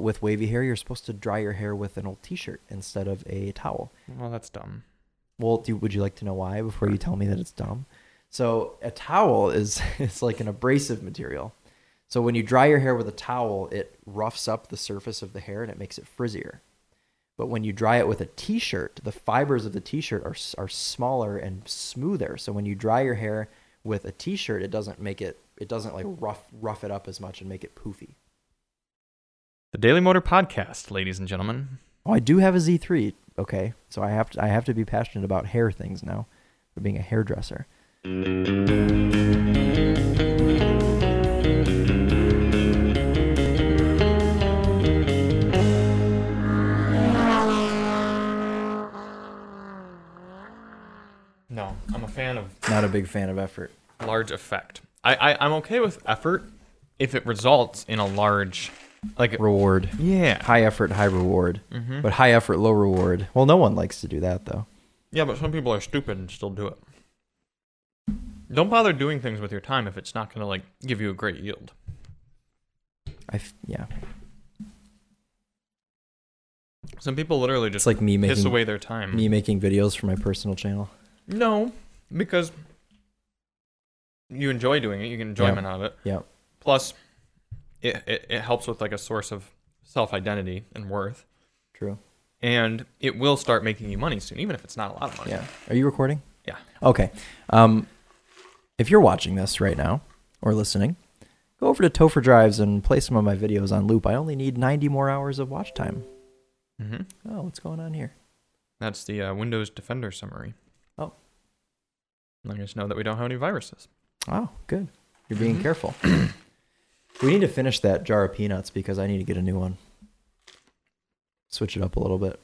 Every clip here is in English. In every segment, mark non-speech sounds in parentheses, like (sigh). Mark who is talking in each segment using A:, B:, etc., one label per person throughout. A: with wavy hair, you're supposed to dry your hair with an old T-shirt instead of a towel.
B: Well, that's dumb.
A: Well, do, would you like to know why before you tell me that it's dumb? So a towel is (laughs) it's like an abrasive material. So when you dry your hair with a towel, it roughs up the surface of the hair and it makes it frizzier. But when you dry it with a t-shirt, the fibers of the t-shirt are s- are smaller and smoother. So when you dry your hair with a t-shirt, it doesn't make it it doesn't like rough rough it up as much and make it poofy.
B: The Daily Motor Podcast, ladies and gentlemen.
A: Oh, I do have a Z3. Okay, so I have to I have to be passionate about hair things now, for being a hairdresser.
B: No, I'm a fan of
A: Not a big fan of effort.
B: large effect. I, I I'm okay with effort if it results in a large, like
A: Reward.
B: yeah
A: High effort, high reward.
B: Mm-hmm.
A: But high effort, low reward. Well, no one likes to do that though.
B: yeah. But some people are stupid and still do it. Don't bother doing things with your time if it's not gonna like give you a great yield.
A: I f- yeah.
B: Some people literally
A: It's
B: just
A: like me
B: piss
A: making
B: away their time.
A: me making videos for my personal channel.
B: No, because you enjoy doing it. You get enjoyment out of it.
A: Yep.
B: Plus, it, it it helps with like a source of self identity and worth,
A: True.
B: and it will start making you money soon, even if it's not a lot of money.
A: Yeah. Are you recording?
B: Yeah.
A: Okay. Um, if you're watching this right now or listening, go over to Topher Drives and play some of my videos on loop. I only need 90 more hours of watch time.
B: Mm-hmm.
A: Oh, what's going on here?
B: That's the uh, Windows Defender summary.
A: Oh.
B: Letting us know that we don't have any viruses.
A: Oh, good. You're being
B: Mhm.
A: careful. we need to finish that jar of peanuts because I need to get a new one. Switch it up a little bit.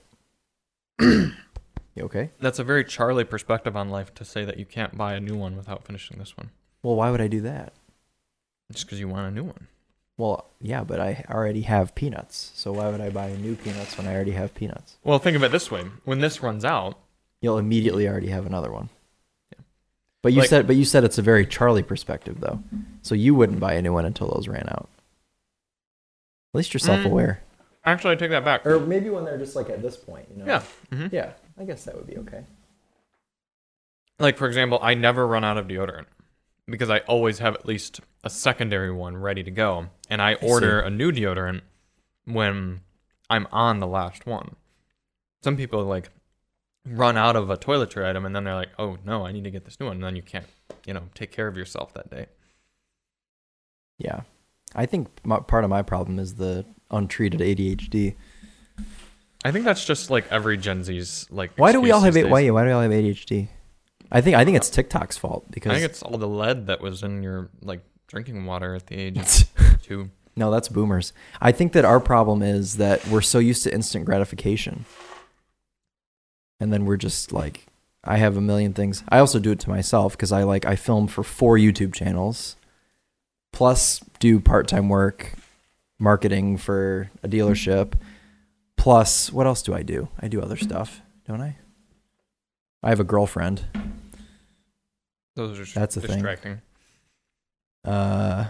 A: you okay?
B: That's a very Charlie perspective on life to say that you can't buy a new one without finishing this one,
A: Well, why would I do that?
B: just because you want a new one.
A: Well, yeah, but I already have peanuts. So why would I buy new peanuts when I already have peanuts?
B: Well, think of it this way: when this runs out,
A: You'll immediately already have another one. But you
B: Like-
A: said but you said it's a very Charlie perspective though. So you wouldn't buy a new one until those ran out. At least you're
B: Mm.
A: self-aware.
B: actually, I take that back.
A: Or maybe when they're just like at this point, you know.
B: Yeah. hmm
A: Yeah, I guess that would be okay.
B: Like for example, I never run out of deodorant because I always have at least a secondary one ready to go, and I
A: see.
B: order a new deodorant when I'm on the last one. Some people like run out of a toiletry item and then they're like, "Oh no, I need to get this new one." And then you can't, you know, take care of yourself that day.
A: Yeah. I think my, part of my problem is the untreated ADHD.
B: I think that's just like every Gen Z's like.
A: Why do we all have
B: excuse
A: it?
B: these
A: Why,
B: days.
A: why do we all have ADHD? I think I think it's TikTok's fault
B: I think
A: because
B: it's all the lead that was in your like drinking water at the age
A: (laughs)
B: of two.
A: no, that's boomers. I think that our problem is that we're so used to instant gratification, and then we're just like, I have a million things. I also do it to myself because I like I film for four YouTube channels, plus do part time work, marketing for a dealership, plus what else do I do? I do other stuff, don't I? I have a girlfriend.
B: Those are
A: That's a thing.
B: distracting.
A: Uh,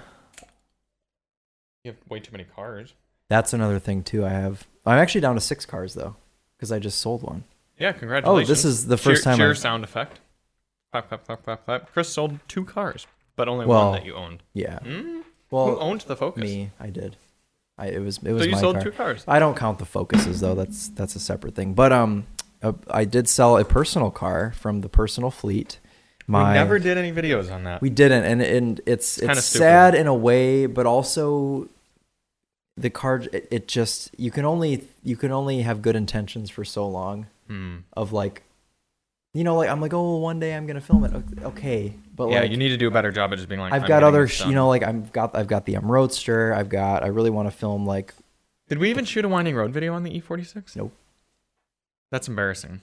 B: You have way too many cars.
A: That's another thing too. I have. I'm actually down to six cars though, because I just sold one.
B: Yeah,
A: Oh,
B: congratulations.
A: this is the first
B: cheer,
A: time.
B: cheer
A: I've-
B: sound effect. Clap, clap, clap, clap, clap. Chris sold two cars, but only
A: Well,
B: one that you owned.
A: yeah.
B: Mm? Who
A: Well,
B: owned the Focus?
A: me. I did. I it was it was
B: so you
A: my
B: sold
A: car. Uh,
B: two cars.
A: I don't count the focuses though. That's that's a separate thing. But um, uh, I did sell a personal car from the personal fleet. My
B: we never did any videos on that.
A: We didn't, and and it's it's,
B: kinda stupid.
A: sad in a way, but also the car it, it just you can only you can only have good intentions for so long.
B: Hmm.
A: of like you know like i'm like oh one day i'm gonna film it O- okay but
B: yeah,
A: like
B: you need to do a better job at just being like.
A: i've
B: I'm
A: got
B: getting
A: other
B: this
A: sh-
B: done.
A: you know like i've got i've got the m roadster i've got i really want to film like
B: Did we even shoot a winding road video on the E46?
A: Nope.
B: That's embarrassing.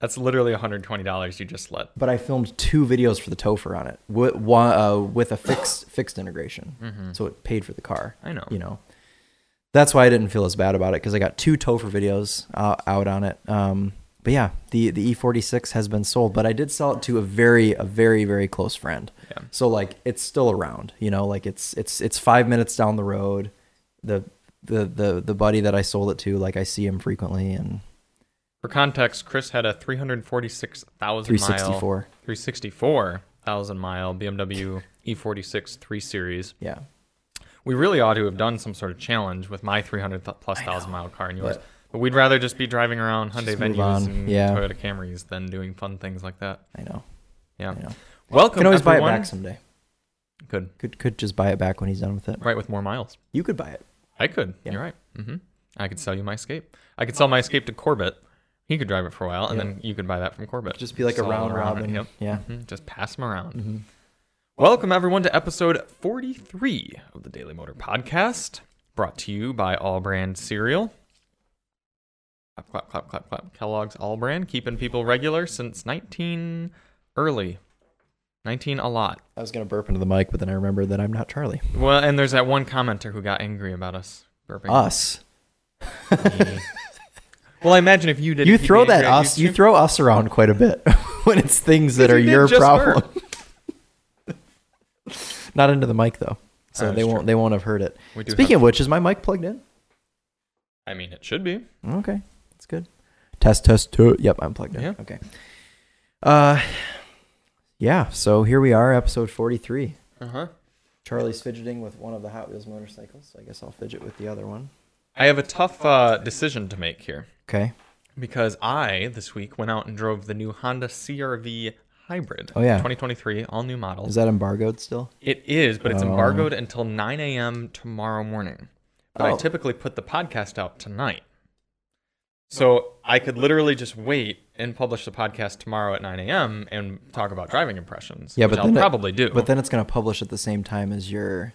B: That's literally 120 dollars you just let.
A: but i filmed two videos for the topher on it with one uh, with a fixed fixed integration
B: hmm
A: so it paid for the car
B: I know.
A: you know that's why i didn't feel as bad about it because i got two topher videos uh, out on it um but yeah the the e46 has been sold but i did sell it to a very a very very close friend
B: Yeah.
A: so like it's still around you know like it's it's it's five minutes down the road the the the the buddy that I sold it to, like I see him frequently and
B: For context, Chris had a 346,000 mile
A: 364.
B: 364,000 mile BMW E46 3 E Series.
A: Yeah.
B: We really ought to have done some sort of challenge with my 300 th- plus
A: I
B: thousand mile car and yours.
A: but-
B: But, we'd rather just be driving around Hyundai
A: Just move
B: venues
A: on.
B: and
A: Yeah.
B: Toyota Camrys than doing fun things like that.
A: I know.
B: Yeah.
A: I know.
B: Welcome.
A: Can always buy it
B: everyone.
A: back someday.
B: Good.
A: Could could just buy it back when he's done with it.
B: Right with more miles.
A: You could buy it.
B: I could.
A: Yeah.
B: You're right. hmm I could sell you my Escape. I could sell my Escape to Corbett. He could drive it for a while, and
A: Yeah.
B: then you could buy that from Corbett.
A: Just be like a
B: Sell
A: round
B: around it.
A: robin.
B: Yep. Mm-hmm.
A: Yeah.
B: Mhm. Just pass them around.
A: Mhm.
B: Welcome, everyone, to episode 43 of the Daily Motor Podcast, brought to you by All Brand Cereal. Clap, clap, clap, clap, clap. Kellogg's All Brand, keeping people regular since 19 early. 19 a lot.
A: I was gonna burp into the mic, but then I remembered that I'm not Charlie.
B: Well, and there's that one commenter who got angry about us burping.
A: Us.
B: Well, I imagine if you did,
A: Ah. You throw that us. You throw us around quite a bit (laughs) when it's things that
B: You
A: are
B: did
A: your
B: just
A: problem. (laughs) not into the mic though, so
B: Ah, That's
A: they won't.
B: true.
A: They won't have heard it.
B: we do
A: Speaking
B: have-
A: of which, is my mic plugged in?
B: I mean, it should be.
A: Okay, that's good. Test, test, test. Yep, I'm plugged in.
B: Yeah.
A: Okay. Uh, yeah. So here we are, episode forty-three.
B: Uh huh.
A: Charlie's fidgeting with one of the Hot Wheels motorcycles. So I guess I'll fidget with the other one.
B: I have a tough uh, decision to make here
A: Okay.
B: because I this week went out and drove the new Honda CRV Hybrid.
A: Oh, yeah.
B: 2023, all new model.
A: Is that embargoed still?
B: It is, but it's
A: Oh.
B: embargoed until 9 a.m. tomorrow morning. But
A: Oh.
B: I typically put the podcast out tonight. So I could literally just wait and publish the podcast tomorrow at 9 a.m. and talk about driving impressions.
A: Yeah,
B: which
A: but
B: I'll
A: then it-
B: probably do.
A: But then it's going to publish at the same time as your.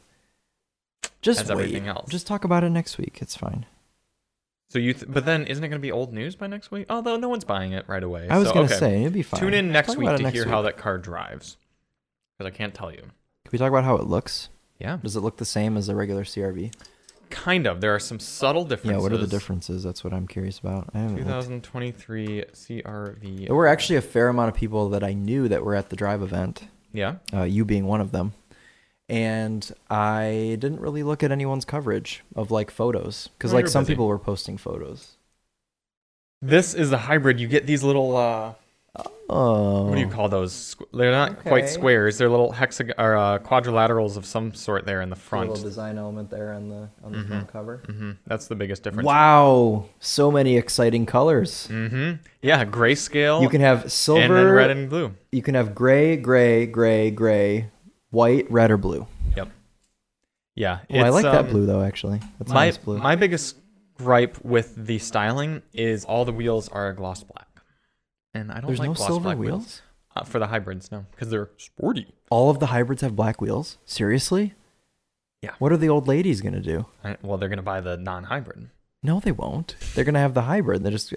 A: Just
B: As
A: wait.
B: everything else.
A: Just talk about it next week. It's fine.
B: so you, th- but then isn't it going to be old news by next week? Although no one's buying it right away.
A: I was
B: So,
A: going to
B: okay.
A: say it'd be fine.
B: tune in next
A: Talk
B: week
A: about
B: to
A: it next
B: hear how
A: week.
B: that car drives, because I can't tell you.
A: Can we talk about how it looks?
B: Yeah,
A: Does it look the same as a regular CRV?
B: kind of. There are some subtle
A: Yeah.
B: differences.
A: What are the differences? That's what I'm curious about. I haven't. looked.
B: 2023 CRV.
A: There were actually a fair amount of people that I knew that were at the drive event.
B: Yeah.
A: uh, you being one of them. And I didn't really look at anyone's coverage of like photos because
B: No,
A: like
B: you're
A: some
B: busy.
A: people were posting photos.
B: This is the hybrid. You get these little uh,
A: Oh,
B: what do you call those? Squ- They're not quite
A: Okay.
B: squares. They're little hexagon or uh, quadrilaterals of some sort there in
A: Oh.
B: the front.
A: little design element there on the on the
B: Mhm.
A: front cover?
B: hmm That's the biggest difference.
A: Wow, so many exciting colors.
B: hmm Yeah, grayscale.
A: You can have
B: and then
A: silver.
B: red and blue.
A: you can have gray, gray, gray, gray, white, red, or blue.
B: Yeah.
A: Oh, I
B: it's,
A: like that
B: um,
A: blue though. Actually, that's a
B: my
A: nice blue.
B: my biggest gripe with the styling is all the wheels are gloss black, and I don't
A: There's
B: like
A: no
B: gloss
A: silver
B: black
A: wheels?
B: Uh, for the hybrids. No, because they're sporty.
A: All of the hybrids have black wheels. Seriously?
B: Yeah.
A: What are the old ladies gonna do?
B: I- well, they're gonna buy the non-hybrid,
A: No, they won't. They're gonna have the hybrid. They're just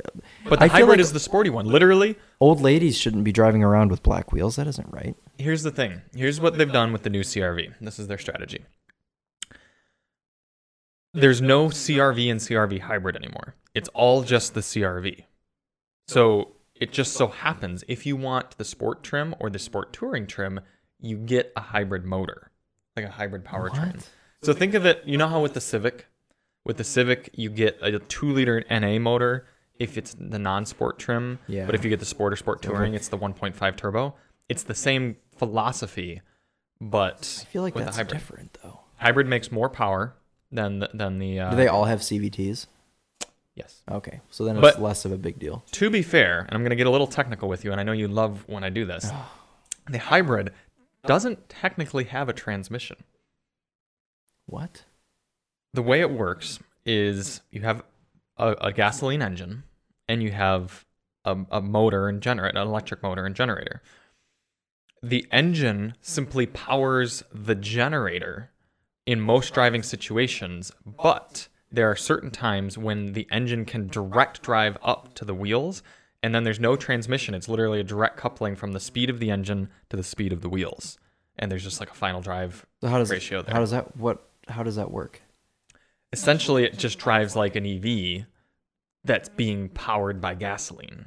B: but the
A: I feel
B: hybrid
A: like-
B: is the sporty one. Literally,
A: old ladies shouldn't be driving around with black wheels. That isn't right.
B: here's the thing. Here's what they've done with the new CRV. This is their strategy. There's no CRV and CRV hybrid anymore. It's all just the CRV. So it just so happens if you want the sport trim or the sport touring trim, you get a hybrid motor, like a hybrid powertrain.
A: What?
B: So think of it, you know how with the Civic, with the Civic you get a 2 liter NA motor if it's the non-sport trim,
A: Yeah.
B: but if you get the sport or sport touring, it's the 1.5 turbo. It's the same philosophy, but
A: I feel like
B: with
A: that's
B: the hybrid.
A: different though.
B: Hybrid makes more power than the, than the uh,
A: do they all have CVTs?
B: Yes.
A: Okay, so then it's
B: But-
A: less of a big deal.
B: To be fair, and I'm going to get a little technical with you and I know you love when I
A: (sighs)
B: do this. the hybrid doesn't technically have a transmission.
A: What?
B: the way it works is you have a, a gasoline engine and you have a, a motor and generator, an electric motor and generator. The engine simply powers the generator in most driving situations, but there are certain times when the engine can direct drive up to the wheels, and then there's no transmission. It's literally a direct coupling from the speed of the engine to the speed of the wheels. And there's just like a final drive
A: So how does
B: Ratio there.
A: how does that what how does that work?
B: essentially it just drives like an EV that's being powered by gasoline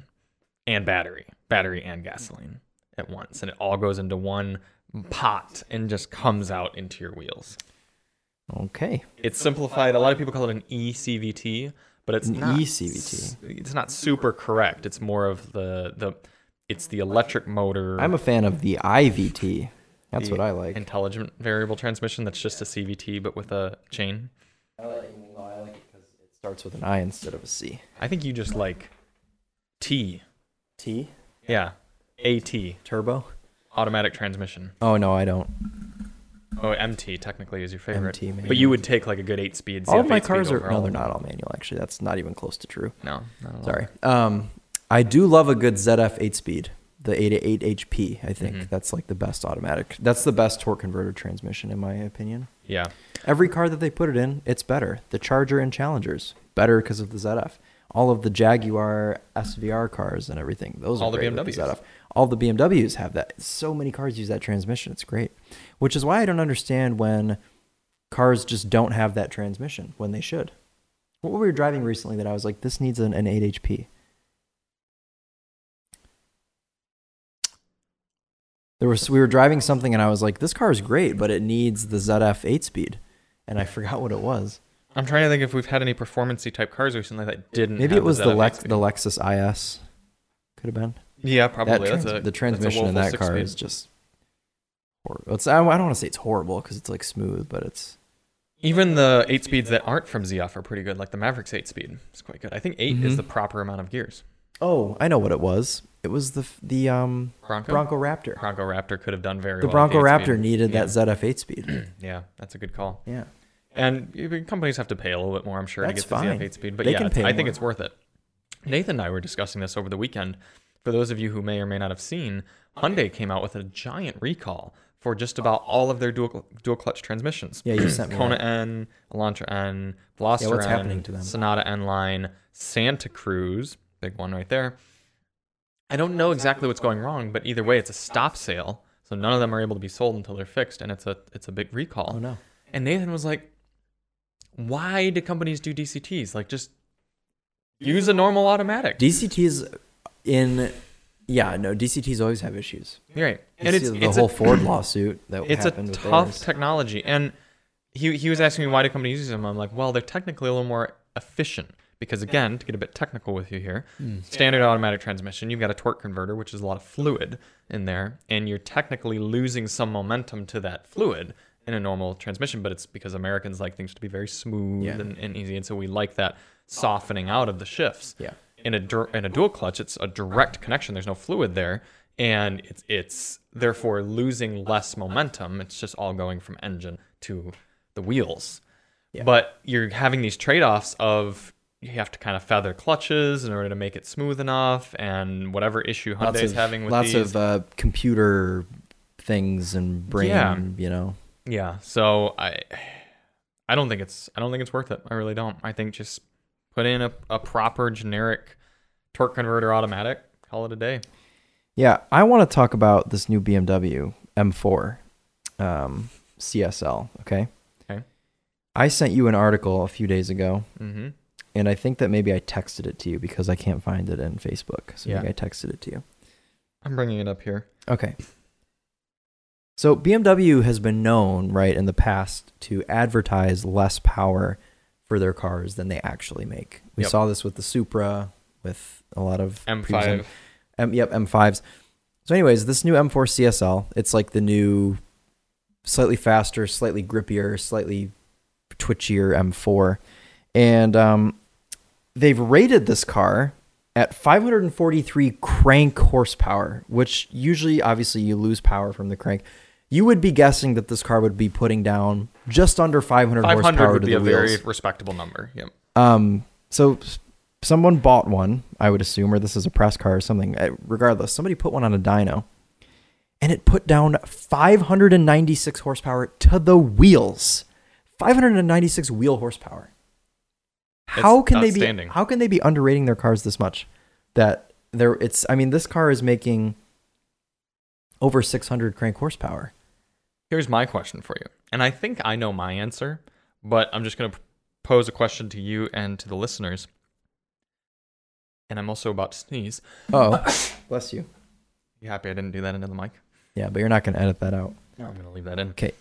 B: and battery, battery and gasoline at once, and it all goes into one pot and just comes out into your wheels.
A: Okay.
B: It's simplified. A lot of people call it an E ECVT, but it's
A: An E
B: not
A: eCVT.
B: s- It's not super correct. It's more of the the it's the electric motor
A: I'm a fan of the IVT. That's what I like.
B: intelligent variable transmission that's just a CVT but with a chain.
A: I like it because it starts with an I instead of a C.
B: I think you just like T.
A: T?
B: Yeah. AT,
A: Turbo?
B: automatic transmission.
A: Oh, no, I don't.
B: Oh, MT technically is your favorite.
A: MT,
B: but you would take like a good 8 speed.
A: All of
B: CF8
A: my
B: speed
A: cars are. No,
B: overall.
A: they're not all manual, actually. That's not even close to true.
B: No, not at all.
A: Sorry. Um, I do love a good ZF 8 speed, the 8 HP. I think
B: Mhm.
A: that's like the best automatic. That's the best torque converter transmission, in my opinion.
B: Yeah.
A: Every car that they put it in, it's better. The Charger and Challengers, better because of the ZF. All of the Jaguar SVR cars and everything, those
B: All
A: are
B: the
A: great with the
B: BMWs.
A: ZF. All the BMWs have that. So many cars use that transmission. It's great, which is why I don't understand when cars just don't have that transmission when they should. What were we driving recently that I was like, this needs an, an 8 HP? There was we were driving something and I was like, this car is great, but it needs the ZF 8 speed, and I forgot what it was.
B: I'm trying to think if we've had any performancey type cars recently Mm, that didn't.
A: Maybe
B: have
A: it was the
B: ZF8
A: Lex
B: speed.
A: the Lexus IS. Could have been
B: Yeah, probably.
A: That
B: That's
A: trans-
B: a-
A: the transmission in
B: woeful
A: that
B: six
A: car
B: speed.
A: is just horrible. It's, I I don't want to say it's horrible because it's like smooth, but it's
B: Even the eight speeds that aren't from ZF are pretty good. Like the Mavericks eight speed is quite good. I think 8
A: Mhm.
B: is the proper amount of gears.
A: oh, I know what it was. It was the f- the um,
B: Bronco.
A: Bronco Raptor.
B: Bronco Raptor could have done very
A: The
B: well. with
A: Bronco
B: eight speed.
A: Raptor needed
B: Yeah.
A: that ZF 8
B: (clears throat)
A: speed.
B: Yeah, that's a good call.
A: yeah.
B: And you- but companies have to pay a little bit more, I'm sure,
A: That's
B: to get the
A: fine.
B: ZF8 speed. But
A: They
B: yeah,
A: can
B: it's-
A: pay
B: I think
A: more.
B: it's worth it. Nathan and I were discussing this over the weekend. For those of you who may or may not have seen, Hyundai came out with a giant recall for just about all of their dual dual clutch transmissions.
A: Yeah, you sent me
B: Kona
A: that.
B: N, Elantra N, Veloster
A: what's
B: N,
A: happening to them?
B: Sonata N line, Santa Cruz, big one right there. I don't know exactly what's going wrong, but either way, it's a stop sale, so none of them are able to be sold until they're fixed, and it's a it's a big recall.
A: Oh no.
B: And Nathan was like, why do companies do DCTs? Like, just use a normal automatic.
A: DCTs in yeah, no, DCTs always have issues.
B: You're right.
A: You
B: And
A: see
B: it's,
A: the
B: it's
A: whole
B: a,
A: Ford lawsuit that
B: it's a
A: happened with
B: tough
A: theirs.
B: technology. And he, he was asking me, why do companies use them? I'm like, well, they're technically a little more efficient. Because again, to get a bit technical with you here,
A: Mm-hmm.
B: standard automatic transmission, you've got a torque converter, which is a lot of fluid in there, and you're technically losing some momentum to that fluid in a normal transmission, but it's because Americans like things to be very smooth
A: Yeah.
B: and, and easy, and so we like that softening out of the shifts.
A: Yeah.
B: In a dir- in a dual clutch, it's a direct connection. There's no fluid there, and it's it's therefore losing less momentum. It's just all going from engine to the wheels.
A: Yeah.
B: But you're having these trade offs of you have to kind of feather clutches in order to make it smooth enough, and whatever issue
A: lots
B: Hyundai's
A: of,
B: having with
A: lots
B: these.
A: of uh, computer things and brain,
B: Yeah.
A: you know.
B: Yeah. So I, I don't think it's I don't think it's worth it. I really don't. I think just put in a, a proper generic torque converter automatic. Call it a day.
A: Yeah, I want to talk about this new BMW M4 um, CSL. Okay.
B: Okay.
A: I sent you an article a few days ago,
B: Mm-hmm.
A: and I think that maybe I texted it to you because I can't find it in Facebook. So
B: Yeah.
A: maybe I texted it to you.
B: I'm bringing it up here.
A: Okay. So BMW has been known, right, in the past to advertise less power for their cars than they actually make. We
B: Yep.
A: saw this with the Supra, with a lot of previous
B: M5.
A: M, yep, M5s. So, anyways, this new M4 CSL, it's like the new, slightly faster, slightly grippier, slightly twitchier M4, and um, they've rated this car at 543 crank horsepower, which usually, obviously, you lose power from the crank. You would be guessing that this car would be putting down just under 500,
B: 500
A: horsepower
B: would
A: to
B: be
A: the
B: a very
A: wheels.
B: respectable number. Yep.
A: Um, so s- someone bought one, I would assume, or this is a press car or something. Uh, Regardless, somebody put one on a dyno, and it put down 596 horsepower to the wheels. 596 wheel horsepower.
B: That's
A: How can they be?
B: outstanding.
A: How can they be underrating their cars this much? That there, it's. I mean, this car is making over 600 crank horsepower.
B: Here's my question for you. And I think I know my answer, but I'm just going to pose a question to you and to the listeners. And I'm also about to sneeze.
A: Oh, (coughs) bless you.
B: You happy I didn't do that into the mic?
A: Yeah, but you're not going to edit that out.
B: I'm going to leave that in.
A: Okay.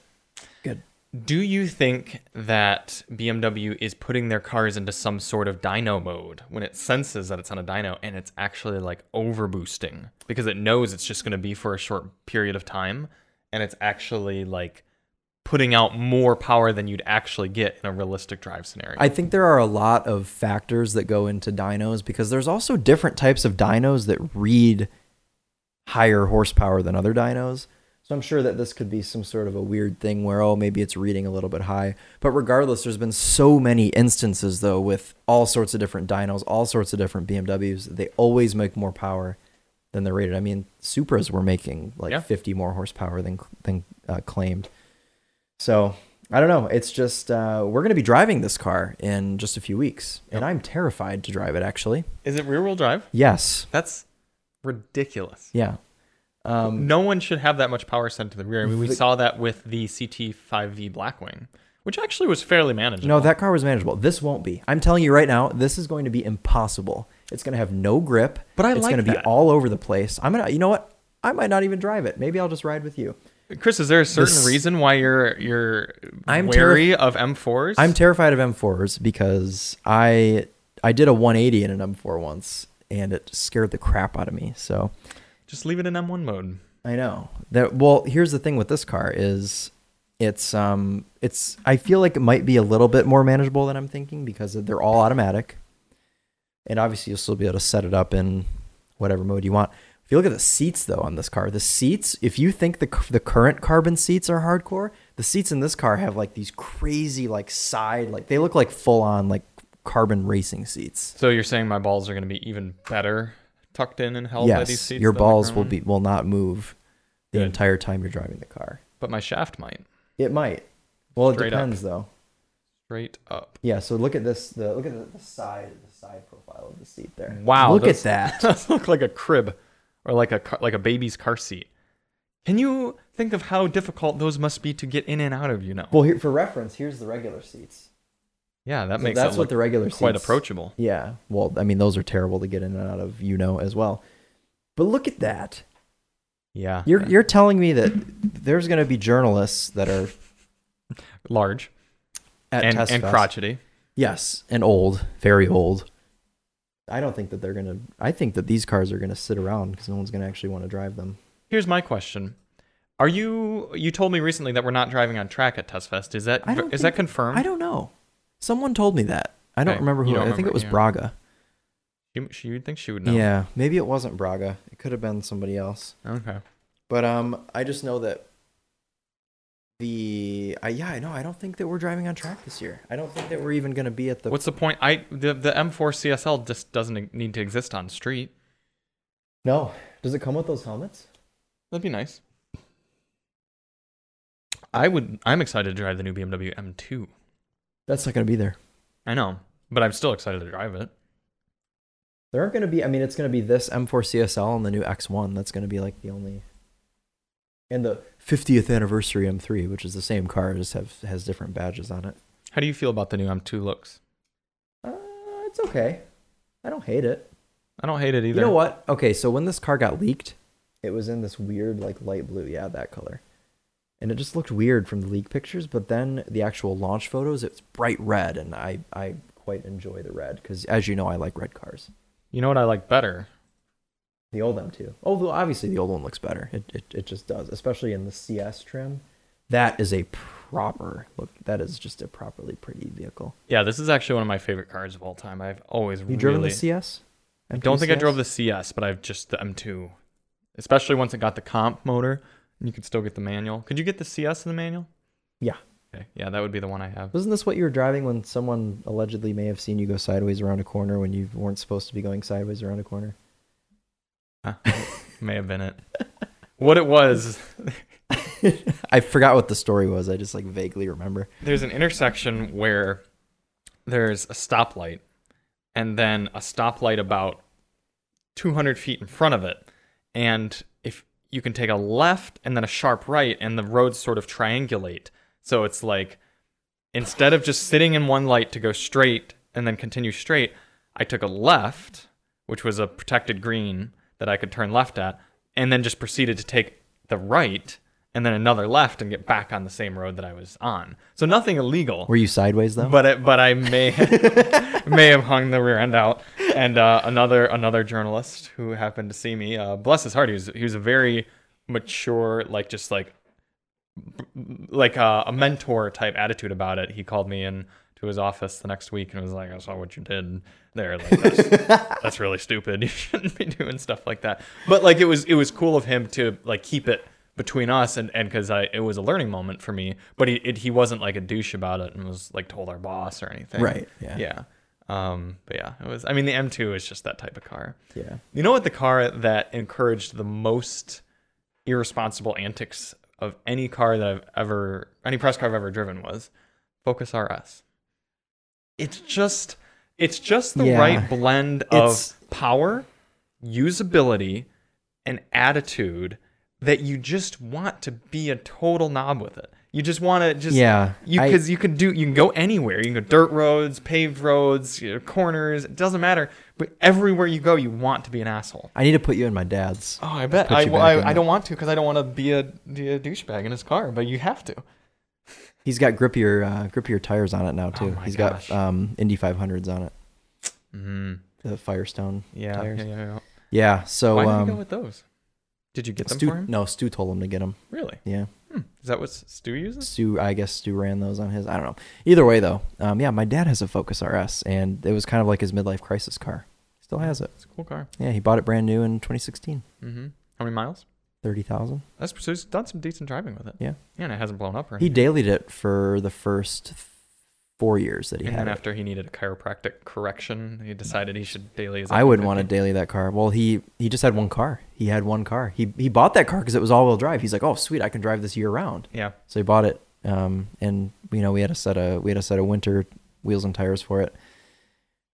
A: Good.
B: Do you think that BMW is putting their cars into some sort of dyno mode when it senses that it's on a dyno and it's actually like overboosting because it knows it's just going to be for a short period of time and it's actually like putting out more power than you'd actually get in a realistic drive scenario?
A: I think there are a lot of factors that go into dynos because there's also different types of dynos that read higher horsepower than other dynos. So I'm sure that this could be some sort of a weird thing where oh maybe it's reading a little bit high. But regardless, there's been so many instances though with all sorts of different dynos, all sorts of different BMWs. that They always make more power than they're rated. I mean, Supras were making like
B: Yeah.
A: 50 more horsepower than than uh, claimed. So I don't know. It's just uh, we're going to be driving this car in just a few weeks, and I'm terrified to drive it. Actually,
B: is it rear wheel drive?
A: yes,
B: That's ridiculous.
A: yeah. Um,
B: no one should have that much power sent to the rear. I mean, we
A: The-
B: saw that with the CT5V Blackwing, which actually was fairly manageable.
A: No, that car was manageable. This won't be. I'm telling you right now, this is going to be impossible. It's going to have no grip.
B: But I
A: it's
B: like
A: going to be
B: that.
A: all over the place. I'm gonna. You know what? I might not even drive it. Maybe I'll just ride with you.
B: Chris, is there a certain
A: This-
B: reason why you're you're
A: I'm
B: wary of M4s?
A: I'm terrified of M4s because I I did a 180 in an M4 once, and it scared the crap out of me. So
B: just leave it in M1 mode.
A: I know that. Well, here's the thing with this car is it's um it's I feel like it might be a little bit more manageable than I'm thinking because they're all automatic, and obviously you'll still be able to set it up in whatever mode you want. If you look at the seats though on this car, the seats if you think the c- the current carbon seats are hardcore, the seats in this car have like these crazy like side like they look like full on like carbon racing seats.
B: So you're saying my balls are going to be even better tucked in and held by these
A: Yes,
B: seats?
A: your
B: than the
A: balls
B: current
A: will
B: one?
A: be will not move the
B: Good.
A: entire time you're driving the car.
B: but my shaft might
A: It might. Well, it
B: Straight up.
A: depends, though.
B: straight up.
A: Yeah. So look at this. The look at the, the side, the side profile of the seat there.
B: Wow,
A: Look
B: that's-
A: at that. (laughs)
B: (laughs) Does look like a crib, or like a car, like a baby's car seat. Can you think of how difficult those must be to get in and out of? You know.
A: Well, here for reference, here's the regular seats.
B: yeah, that
A: So
B: makes
A: that's
B: it
A: what
B: look
A: the regular
B: quite
A: seats-
B: approachable.
A: Yeah. Well, I mean, those are terrible to get in and out of, you know, as well. But look at that.
B: Yeah,
A: You're you're telling me that there's going to be journalists that are
B: large
A: at
B: and,
A: test
B: and
A: Fest-
B: crotchety.
A: Yes, and old, very old. I don't think that they're going to. I think that these cars are going to sit around because no one's going to actually want to drive them.
B: Here's my question. Are you you told me recently that we're not driving on track at Test Fest. Is that
A: I don't think-
B: is that confirmed?
A: I don't know. Someone told me that. I don't
B: Okay,
A: remember who.
B: you don't
A: I think
B: remember,
A: it was
B: yeah.
A: Braga.
B: She, she would think she would know.
A: Yeah, maybe it wasn't Braga. It could have been somebody else.
B: Okay.
A: But um, I just know that the I, yeah, I know. I don't think that we're driving on track this year. I don't think that we're even going to be at the
B: What's the point? I the, the M4 CSL just doesn't e, need to exist on street.
A: no. Does it come with those helmets?
B: That'd be nice. I would. I'm excited to drive the new BMW M2.
A: That's not going to be there.
B: I know, but I'm still excited to drive it.
A: There aren't going to be. I mean, it's going to be this M4 CSL and the new X1. That's going to be like the only. And the 50th anniversary M3, which is the same car, just have has different badges on it.
B: How do you feel about the new M2 looks?
A: Uh, it's okay. I don't hate it.
B: I don't hate it either.
A: You know what? Okay, so when this car got leaked, it was in this weird like light blue, yeah, that color. And it just looked weird from the leak pictures, but then the actual launch photos, it's bright red and I I quite enjoy the red cuz as you know I like red cars.
B: You know what I like better?
A: The old M2. Although obviously the old one looks better. It it, it just does, especially in the CS trim. That is a proper look. That is just a properly pretty vehicle.
B: Yeah, this is actually one of my favorite cars of all time. I've always
A: You
B: really
A: driven the CS?
B: I don't think I drove the CS, but I've just the M2. Especially once it got the comp motor, and you could still get the manual. Could you get the CS in the manual?
A: Yeah.
B: Okay. Yeah, that would be the one I have.
A: Wasn't this what you were driving when someone allegedly may have seen you go sideways around a corner when you weren't supposed to be going sideways around a corner?
B: May have been it. (laughs) What it was,
A: I forgot what the story was. I just like vaguely remember.
B: there's an intersection where there's a stoplight and then a stoplight about 200 feet in front of it. And if you can take a left and then a sharp right, and the roads sort of triangulate. So it's like instead of just sitting in one light to go straight and then continue straight, I took a left, which was a protected green that I could turn left at, and then just proceeded to take the right. And and then another left and get back on the same road that I was on. So nothing illegal.
A: Were you sideways though?
B: But it, but I may (laughs) may have hung the rear end out. And uh, another another journalist who happened to see me, uh, bless his heart, he was he was a very mature, like just like like uh, a, a mentor type attitude about it. He called me in to his office the next week and was like, "I saw what you did there. Like, that's, that's really stupid. (laughs) You shouldn't be doing stuff like that." But like it was it was cool of him to like keep it between us and and because I it was a learning moment for me. But he it, he wasn't like a douche about it and was like told our boss or anything.
A: Right, yeah.
B: Yeah. Um. But yeah, it was. I mean, the M2 is just that type of car.
A: yeah.
B: You know what the car that encouraged the most irresponsible antics of any car that I've ever any press car I've ever driven was Focus RS. It's just it's just the
A: Yeah.
B: right blend
A: It's-
B: of power, usability, and attitude that you just want to be a total knob with it. You just want to just
A: Yeah,
B: you
A: I-
B: because you can do you can go anywhere. You can go dirt roads, paved roads, you know, corners. It doesn't matter. But everywhere you go, you want to be an asshole.
A: I need to put you in my dad's.
B: Oh, I bet.
A: Put
B: I,
A: you
B: well,
A: back
B: I,
A: on
B: I
A: that.
B: don't want to because I don't want to be a, be a douchebag in his car, but you have to.
A: He's got grippier uh, grippier tires on it now too.
B: Oh my
A: He's
B: gosh.
A: got um, Indy 500s on it.
B: Mm,
A: The Firestone.
B: yeah, yeah,
A: Tires.
B: yeah, yeah.
A: Yeah. So
B: Why did
A: um,
B: you go with those? Did you get them for
A: Stu,
B: him?
A: no, Stu told him to get them.
B: Really?
A: Yeah.
B: Hmm. Is that what Stu uses?
A: Stu, I guess Stu ran those on his. I don't know. Either way, though, um, yeah, my dad has a Focus RS, and it was kind of like his midlife crisis car. Still has it.
B: It's a cool car.
A: Yeah, he bought it brand new in 2016.
B: Mm-hmm. How many miles?
A: Thirty thousand.
B: That's so he's done some decent driving with it.
A: Yeah.
B: Yeah, and it hasn't blown up or
A: He
B: anything.
A: dailied it for the first four years that he
B: and
A: had
B: then
A: it.
B: after he needed a chiropractic correction, he decided he should daily his.
A: I wouldn't want to
B: 150.
A: daily that car. Well, he he just had one car. He had one car. He he bought that car because it was all wheel drive. He's like, oh sweet, I can drive this year round.
B: Yeah.
A: So he bought it, um, and you know we had a set of we had a set of winter wheels and tires for it.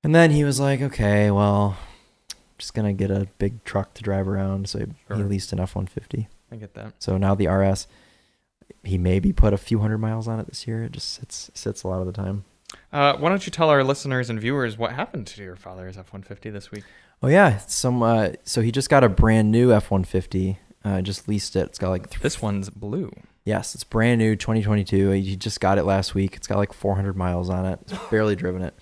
A: And then he was like, okay, well, just gonna get a big truck to drive around. So he, he
B: Sure.
A: leased an F one fifty.
B: I get that.
A: So now the RS, he maybe put a few hundred miles on it this year. It just sits sits a lot of the time.
B: Uh, why don't you tell our listeners and viewers what happened to your father's F one fifty this week?
A: Oh yeah, some. Uh, so he just got a brand new F one fifty. Uh, just leased it. It's got like th-
B: This one's blue.
A: yes, it's brand new, 2022. He just got it last week. It's got like 400 miles on it. He's barely driven it.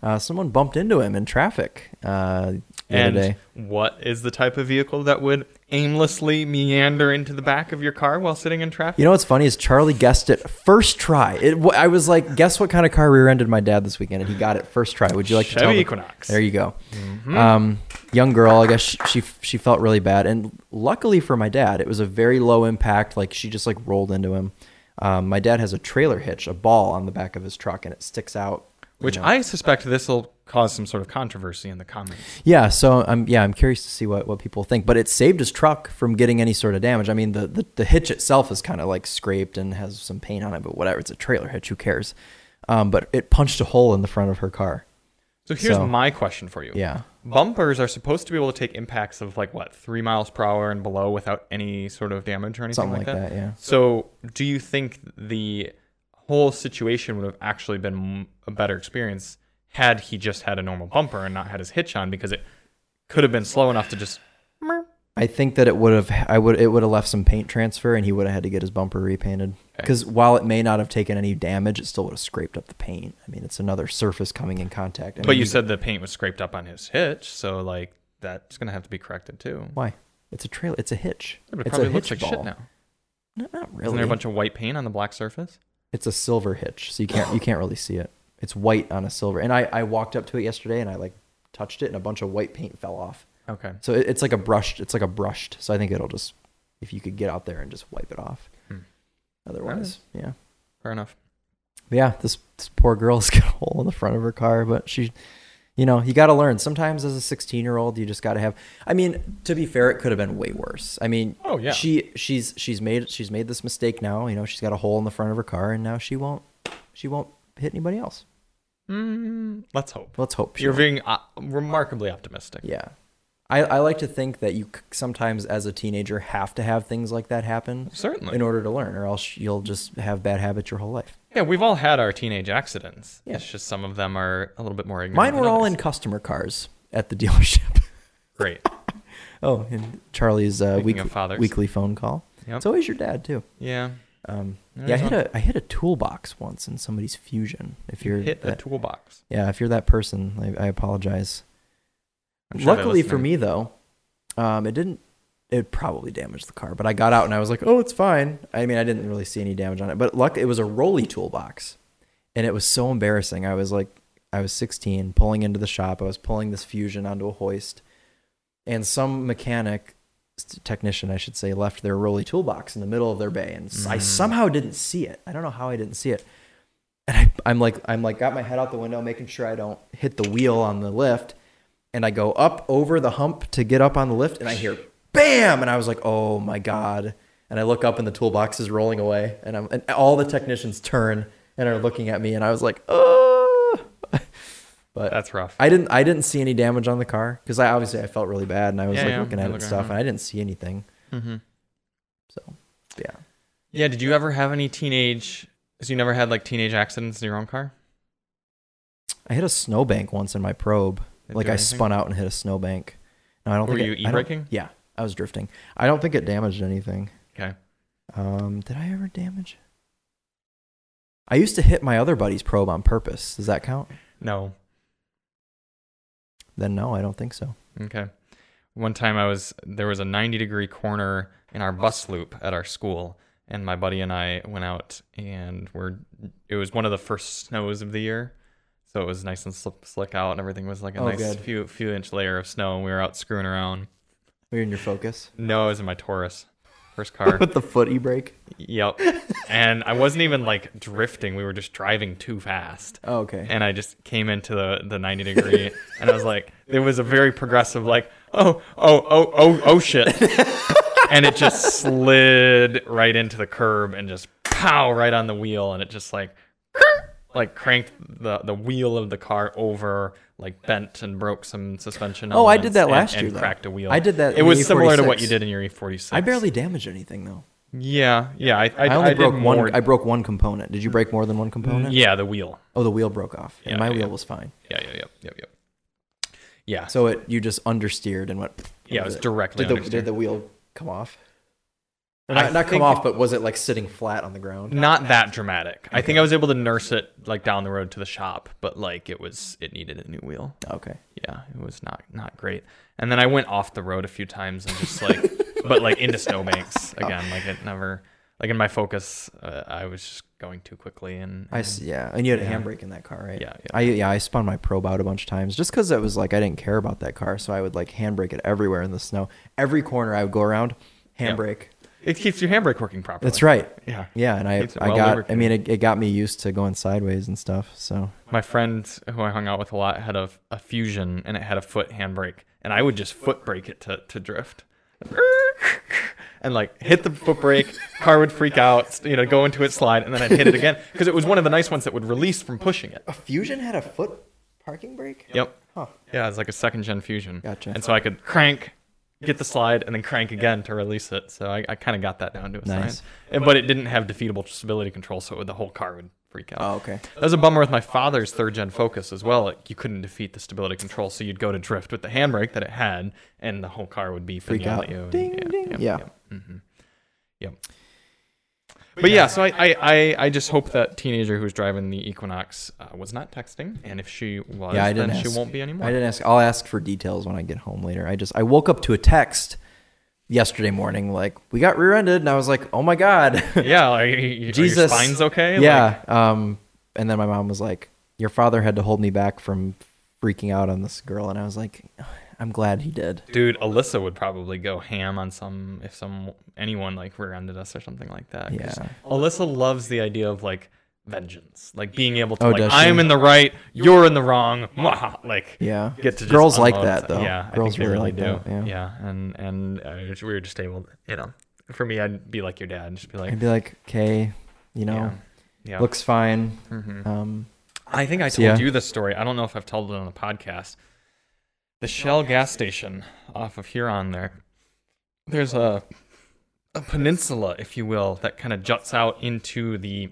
A: Uh, someone bumped into him in traffic uh, the
B: And
A: other day.
B: what is the type of vehicle that would aimlessly meander into the back of your car while sitting in traffic?
A: You know what's funny is Charlie guessed it first try. It, wa- I was like, guess what kind of car rear-ended my dad this weekend, and he got it first try. Would you like to tell
B: Chevy
A: the-
B: Equinox. Mm-hmm.
A: There you go. Um, young girl, I guess she, she she felt really bad, and luckily for my dad, it was a very low impact. Like she just like rolled into him. Um, my dad has a trailer hitch, a ball on the back of his truck, and it sticks out. you
B: Which
A: know.
B: I suspect this will cause some sort of controversy in the comments.
A: yeah. So I'm yeah I'm curious to see what what people think, but it saved his truck from getting any sort of damage. I mean the the, the hitch itself is kind of like scraped and has some paint on it, but whatever. It's a trailer hitch. Who cares? Um, but it punched a hole in the front of her car.
B: So here's
A: So-
B: my question for you.
A: Yeah.
B: Bumpers are supposed to be able to take impacts of like what, three miles per hour and below without any sort of damage or anything
A: Something
B: like,
A: like
B: that.
A: that, yeah.
B: So do you think the whole situation would have actually been m- a better experience had he just had a normal bumper and not had his hitch on because it could have been slow enough to just
A: I think that it would have I would it would have left some paint transfer and he would have had to get his bumper repainted because while it may not have taken any damage, it still would have scraped up the paint. I mean, it's another surface coming in contact. I
B: But
A: mean,
B: you said the paint was scraped up on his hitch, so like that's gonna have to be corrected too.
A: why? It's a trail. It's a hitch.
B: It
A: it's
B: probably
A: a
B: looks
A: hitch
B: like
A: ball.
B: shit now.
A: No, not
B: Isn't
A: really.
B: there a bunch of white paint on the black surface?
A: it's a silver hitch, so you can't you can't really see it. It's white on a silver. And I I walked up to it yesterday and I like touched it and a bunch of white paint fell off.
B: Okay.
A: So it, it's like a brushed. It's like a brushed. So I think it'll just if you could get out there and just wipe it off.
B: Hmm.
A: Otherwise, yeah.
B: Fair enough.
A: But yeah, this, this poor girl's (laughs) got a hole in the front of her car, but she, you know, you got to learn. Sometimes as a 16 year old, you just got to have. I mean, to be fair, it could have been way worse. I mean,
B: Oh, yeah.
A: she she's she's made she's made this mistake now. You know, she's got a hole in the front of her car, and now she won't she won't hit anybody else.
B: Mm, let's hope.
A: Let's hope. She
B: You're
A: won't.
B: being uh, remarkably optimistic.
A: yeah. I, I like to think that you c- sometimes as a teenager have to have things like that happen
B: Certainly.
A: in order to learn or else you'll just have bad habits your whole life.
B: yeah, we've all had our teenage accidents.
A: Yeah.
B: It's just some of them are a little bit more ignorant.
A: Mine
B: than
A: were all
B: others.
A: in customer cars at the (laughs) dealership.
B: Great.
A: Oh, and Charlie's uh,
B: Speaking
A: week,
B: of fathers.
A: weekly phone call.
B: Yep.
A: It's always your dad too. (laughs)
B: Yeah.
A: Um,
B: There's
A: yeah, I hit
B: one.
A: a I hit a toolbox once in somebody's fusion. If you're
B: hit the
A: that,
B: toolbox.
A: yeah, if you're that person, I, I apologize.
B: I'm sure they're
A: Luckily for
B: listening.
A: me though, um, it didn't. It probably damaged the car, but I got out and I was like, "Oh, it's fine." I mean, I didn't really see any damage on it, but luck it was a rolly toolbox, and it was so embarrassing. I was like, I was 16, pulling into the shop. I was pulling this fusion onto a hoist, and some mechanic s- technician, I should say, left their rolly toolbox in the middle of their bay, and s- I
B: Mm.
A: somehow didn't see it. I don't know how I didn't see it, and I, I'm like, I'm like, got my head out the window, making sure I don't hit the wheel on the lift, and I go up over the hump to get up on the lift, and I hear bam, and I was like, oh my god, and I look up, and the toolbox is rolling away, and I'm, and all the technicians turn and are looking at me, and I was like, oh, but
B: That's rough.
A: I didn't I didn't see any damage on the car because I obviously I felt really bad and I was
B: Yeah,
A: like
B: yeah,
A: looking
B: I
A: at it
B: look
A: and stuff
B: around.
A: and I didn't see anything.
B: mm-hmm.
A: So yeah.
B: Yeah. Did you ever have any teenage? Because you never had like teenage accidents in your own car.
A: I hit a snowbank once in my probe.
B: Did it
A: like
B: do
A: I
B: anything?
A: spun out and hit a snowbank. No, I don't
B: Were
A: think
B: you
A: it- I don't-
B: e-braking?
A: Yeah, I was drifting. I don't think it damaged anything.
B: Okay.
A: Um, did I ever damage? I used to hit my other buddy's probe on purpose. Does that count?
B: No.
A: Then no, I don't think so.
B: Okay. One time I was there was a 90 degree corner in our bus loop at our school and my buddy and I went out and were it was one of the first snows of the year. So it was nice and slip, slick out and everything was like a
A: Oh,
B: nice
A: good.
B: few few inch layer of snow and we were out screwing around.
A: We're in your focus.
B: No, I was in my Taurus. First car.
A: (laughs) With the foot e brake.
B: yep. And I wasn't even like drifting. We were just driving too fast
A: Oh, okay.
B: and I just came into the, the 90 degree and I was like, there was a very progressive like, oh, oh, oh, oh,
A: (laughs)
B: oh shit. and it just slid right into the curb and just pow right on the wheel and it just like like cranked the, the wheel of the car over, like bent and broke some suspension.
A: Oh, I did
B: elements
A: that
B: and-
A: last
B: and
A: year, though.
B: cracked a wheel.
A: I did that
B: It
A: in
B: was
A: the
B: similar to what
A: E46.
B: you did in your E46.
A: I barely damaged anything though.
B: Yeah, yeah. I I,
A: I only
B: I did
A: broke one.
B: more-
A: I broke one component. Did you break more than one component?
B: yeah, the wheel.
A: Oh, the wheel broke off, and
B: Yeah,
A: my
B: yeah.
A: wheel was fine.
B: Yeah, yeah, yeah, yeah, yeah. Yeah.
A: So it you just understeered and went.
B: Yeah, it was directly
A: Did the,
B: understeer.
A: did the wheel come off? Or
B: I
A: Not, not come
B: think-
A: off, but was it like sitting flat on the ground?
B: not that dramatic. I think I was able to nurse it like down the road to the shop, but like it was it needed a new wheel.
A: Okay.
B: Yeah, it was not not great. And then I went off the road a few times and just
A: (laughs)
B: like but like into snowbanks again. Like it never like in my focus, uh, I was just going too quickly and,
A: I
B: and
A: s- yeah, and you had a
B: Yeah.
A: handbrake in that car, right?
B: Yeah, yeah.
A: I yeah, I spun my probe out a bunch of times just because it was like I didn't care about that car, so I would like handbrake it everywhere in the snow, every corner I would go around, handbrake.
B: it keeps your handbrake working properly.
A: That's right.
B: Yeah.
A: Yeah, and I
B: Keeps it
A: I
B: well
A: got I
B: lubricated.
A: mean it, it got me used to going sideways and stuff. So
B: My friend who I hung out with a lot had a, a fusion and it had a foot handbrake, and I would just foot brake it to, to drift. (laughs) And like hit the foot brake, car would freak out, you know, go into its slide, and then I'd hit it again because it was one of the nice ones that would release from pushing it.
A: a Fusion had a foot parking brake.
B: Yep.
A: Huh.
B: Yeah, it's like a second gen fusion.
A: Gotcha.
B: And so I could crank, get the slide, and then crank again to release it. So I, I kind of got that down to a
A: Nice.
B: science. And- But it didn't have defeatable stability control, so the whole car would freak out.
A: Oh, okay.
B: That was a bummer with my father's third gen Focus as well. Like, you couldn't defeat the stability control, so you'd go to drift with the handbrake that it had, and the whole car would be
A: Freak
B: freaking
A: out.
B: out. At you. and-
A: Ding, ding.
B: Yep,
A: Yeah.
B: Yep. hmm yep. But yeah, so I, I, I, I just hope that teenager who's driving the Equinox uh, was not texting, and if she was,
A: Yeah, I
B: then
A: didn't.
B: she
A: ask-
B: won't be anymore.
A: I didn't ask. I'll ask for details when I get home later. I just I woke up to a text yesterday morning like we got rear-ended, and I was like, oh my god, (laughs)
B: Yeah, are, you- are your
A: Jesus.
B: spine's okay? Like,
A: yeah. Um, and then my mom was like, your father had to hold me back from freaking out on this girl, and I was like, I'm glad he did.
B: dude, Alyssa would probably go ham on some if some anyone like rear-ended us or something like that. 'cause
A: Yeah.
B: Alyssa loves the idea of like vengeance, like being able to
A: Oh,
B: like
A: does
B: I'm
A: she?
B: in the right, you're in the wrong, (laughs) mwah, like
A: Yeah.
B: get to just
A: girls like
B: unload
A: that
B: it.
A: though.
B: Yeah,
A: girls
B: I think they really,
A: like
B: do.
A: that, yeah.
B: yeah. and and uh, we were just able, you know, for me, I'd be like your dad, and just be like,
A: I'd be like, okay, you know,
B: yeah, yeah.
A: looks fine.
B: Mhm.
A: Um,
B: I think I told
A: Yeah.
B: you this story. I don't know if I've told it on the podcast. The Shell gas station off of Huron there. There's a a peninsula, if you will, that kind of juts out into the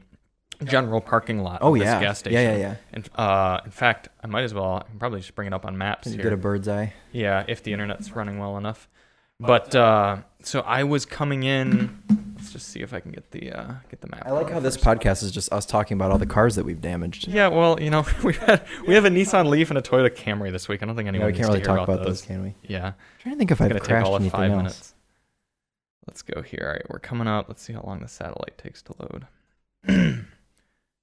B: general parking lot.
A: Oh,
B: of this
A: yeah.
B: gas
A: Yeah,
B: station.
A: yeah, yeah.
B: And uh, in fact, I might as well. I can probably just bring it up on maps
A: you
B: here.
A: get a bird's eye.
B: Yeah, if the internet's running well enough. But uh, so I was coming in Let's just see if I can get the uh, get the map.
A: I like
B: going
A: how this
B: first.
A: podcast is just us talking about all the cars that we've damaged.
B: Yeah, well, you know, (laughs) we had we have a Nissan Leaf and a Toyota Camry this week. I don't think
A: Yeah,
B: anyone
A: we can't really
B: needs to hear
A: talk about those,
B: those.
A: can we?
B: Yeah,
A: I'm trying to think if
B: it's
A: I've
B: gonna
A: crashed
B: take all of
A: anything
B: five
A: else.
B: minutes. Let's go here. All right, we're coming up. Let's see how long the satellite takes to
A: (clears throat)
B: load.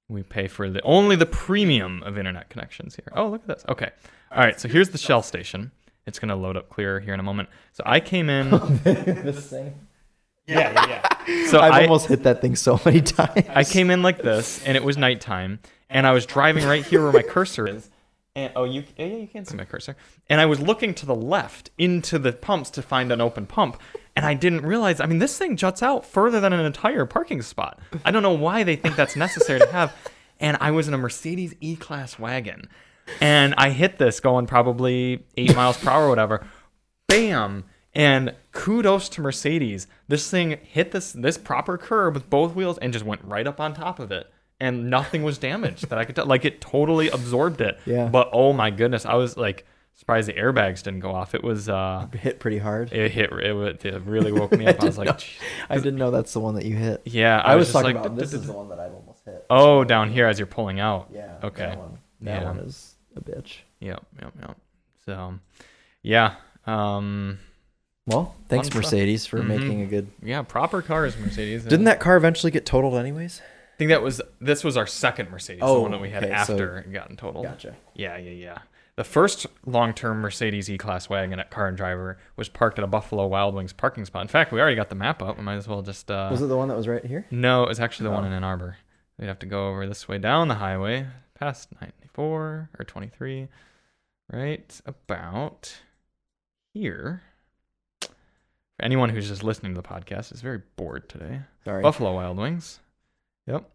B: we pay for the only the premium of internet connections here. Oh, look at this. Okay. All right, so here's the Shell station. It's gonna load up clear here in a moment. So I came in.
A: (laughs) this thing.
B: (laughs) yeah, yeah, yeah. So
A: I've
B: I,
A: almost hit that thing so many (laughs) times.
B: I came in like this, and it was nighttime, and I was driving right here where my cursor is. And oh, you yeah, yeah, you can see my cursor. And I was looking to the left into the pumps to find an open pump, and I didn't realize. I mean, this thing juts out further than an entire parking spot. I don't know why they think that's necessary to have. And I was in a Mercedes E-Class wagon, and I hit this going probably eight miles per hour or whatever bam and kudos to mercedes this thing hit this this proper curb with both wheels and just went right up on top of it and nothing was damaged that i could tell like it totally absorbed it
A: Yeah.
B: but oh my goodness i was like surprised the airbags didn't go off it was uh
A: hit pretty hard.
B: it hit it, wa- it really
A: (laughs)
B: woke me up i, was like "Jeez."
A: I didn't know that's the one that you hit.
B: yeah
A: I, was,
B: just
A: talking
B: like,
A: about this
B: "Duh, duh,
A: is
B: duh."
A: the one that I've almost hit.
B: oh down here as you're pulling out
A: Yeah.
B: okay.
A: That one, that
B: Yeah.
A: one is a bitch.
B: yep yep yep so yeah um
A: Well, thanks
B: Fun stuff.
A: Mercedes for
B: Mhm.
A: making a good.
B: yeah proper cars mercedes
A: Didn't that car eventually get totaled anyways?
B: I think that was this was our second Mercedes, the
A: Oh,
B: one that we had
A: okay, so-
B: after it gotten totaled.
A: Gotcha.
B: Yeah, yeah, yeah. The first long-term Mercedes E-Class wagon at Car and Driver was parked at a Buffalo Wild Wings parking spot. In fact, we already got the map up. We might as well just. Uh,
A: Was it the one that was right here?
B: No, it was actually the one
A: Oh.
B: in Ann Arbor. We'd have to go over this way down the highway, past 94 or 23, right about here. For anyone who's just listening to the podcast is very bored today.
A: Sorry.
B: Buffalo Wild Wings. Yep.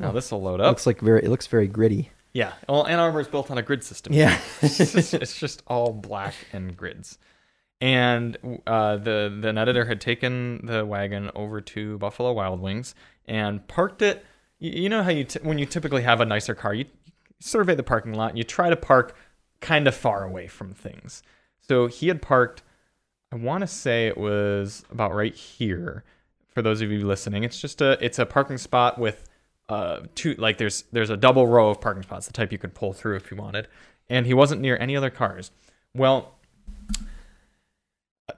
B: Now
A: Oh.
B: this will load up.
A: Looks like very. It looks very gritty.
B: Yeah. Well, Ann Arbor is built on a grid system. (laughs)
A: Yeah.
B: it's, just, it's just all black and grids. And uh, the the editor had taken the wagon over to Buffalo Wild Wings and parked it. You, you know how you t- when you typically have a nicer car, you survey the parking lot and you try to park kind of far away from things. So he had parked. I want to say it was about right here. For those of you listening, it's just a it's a parking spot with uh two like there's there's a double row of parking spots, the type you could pull through if you wanted. And he wasn't near any other cars. Well,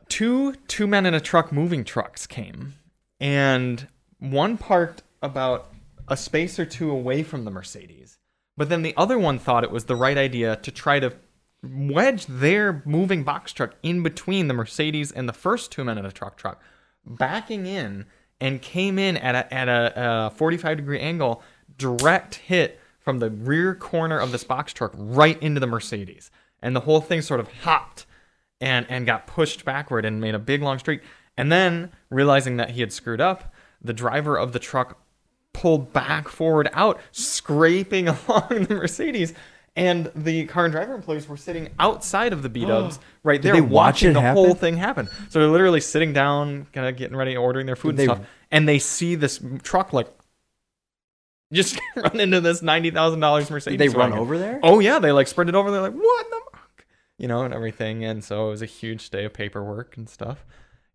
B: two two men in a truck moving trucks came, and one parked about a space or two away from the Mercedes. But then the other one thought it was the right idea to try to wedge their moving box truck in between the Mercedes and the first two men in a truck truck, backing in and came in at a, at a, a 45 degree angle, direct hit from the rear corner of this box truck right into the Mercedes. And the whole thing sort of hopped and and got pushed backward and made a big long streak. And then realizing that he had screwed up, the driver of the truck pulled back forward out, scraping (laughs) along the Mercedes. And the car and driver employees were sitting outside of
A: (gasps)
B: the B dubs right there
A: they watch
B: watching
A: it
B: the
A: happen?
B: whole thing happen. So they're literally sitting down, kind of getting ready, ordering their food and
A: They-
B: stuff. And they see this truck like just (laughs) run into this $90,000 Mercedes.
A: Did they run
B: wagon.
A: over there?
B: Oh yeah, they like spread it over. They're like, what the, fuck?" you know, and everything. And so it was a huge day of paperwork and stuff.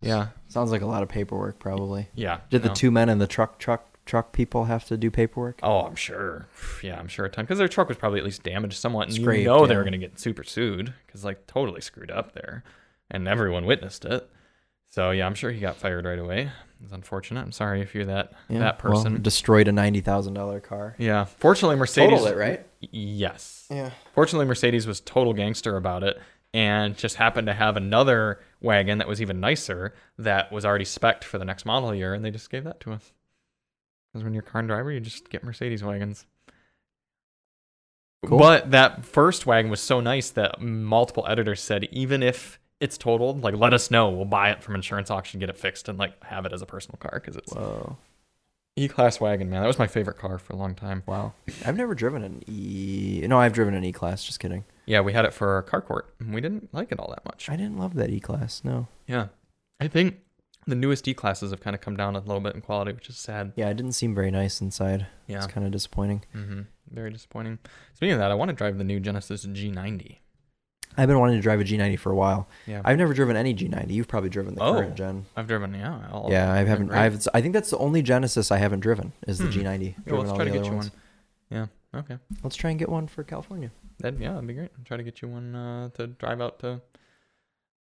B: Yeah,
A: (laughs) Sounds like a lot of paperwork, probably.
B: yeah.
A: Did the
B: no.
A: two men and the truck, truck, truck people have to do paperwork?
B: Oh, I'm sure. Yeah, I'm sure a ton because their truck was probably at least damaged somewhat, and you
A: Scraped,
B: know they
A: yeah.
B: were gonna get super sued because like totally screwed up there, and everyone witnessed it. So yeah, I'm sure he got fired right away. It's unfortunate. I'm sorry if you're that
A: Yeah,
B: that
A: well,
B: person.
A: destroyed a ninety thousand dollar car.
B: yeah. Fortunately, Mercedes.
A: Total it, right?
B: Yes.
A: Yeah.
B: Fortunately, Mercedes was total gangster about it and just happened to have another wagon that was even nicer that was already spec'd for the next model year, and they just gave that to us. Because when you're a car and driver, you just get Mercedes wagons.
A: Cool.
B: But that first wagon was so nice that multiple editors said, even if it's totaled, like let us know. We'll buy it from insurance auction, get it fixed, and like have it as a personal car because it's
A: Whoa.
B: E-class wagon, man. That was my favorite car for a long time.
A: Wow. I've never driven an E. No, I've driven an E class. Just kidding.
B: Yeah, we had it for our car court, and we didn't like it all that much.
A: I didn't love that E class. No.
B: Yeah. I think the newest D classes have kind of come down a little bit in quality, which is sad.
A: Yeah, it didn't seem very nice inside.
B: Yeah.
A: It's kind
B: mm-hmm,
A: of disappointing.
B: hmm Very disappointing. Speaking of that, I want to drive the new Genesis G90.
A: I've been wanting to drive a G90 for a while.
B: Yeah.
A: I've never driven any G90. You've probably driven the
B: Oh.
A: current gen.
B: I've driven, yeah. all of
A: yeah, I
B: them.
A: haven't.
B: Great.
A: I've. I think that's the only Genesis I haven't driven is the
B: Hmm.
A: G90.
B: Yeah, well,
A: Driven all
B: let's try
A: the
B: to get
A: other
B: you
A: ones.
B: one. Yeah. Okay.
A: Let's try and get one for California.
B: That yeah, that'd be great. I'll try to get you one uh, to drive out to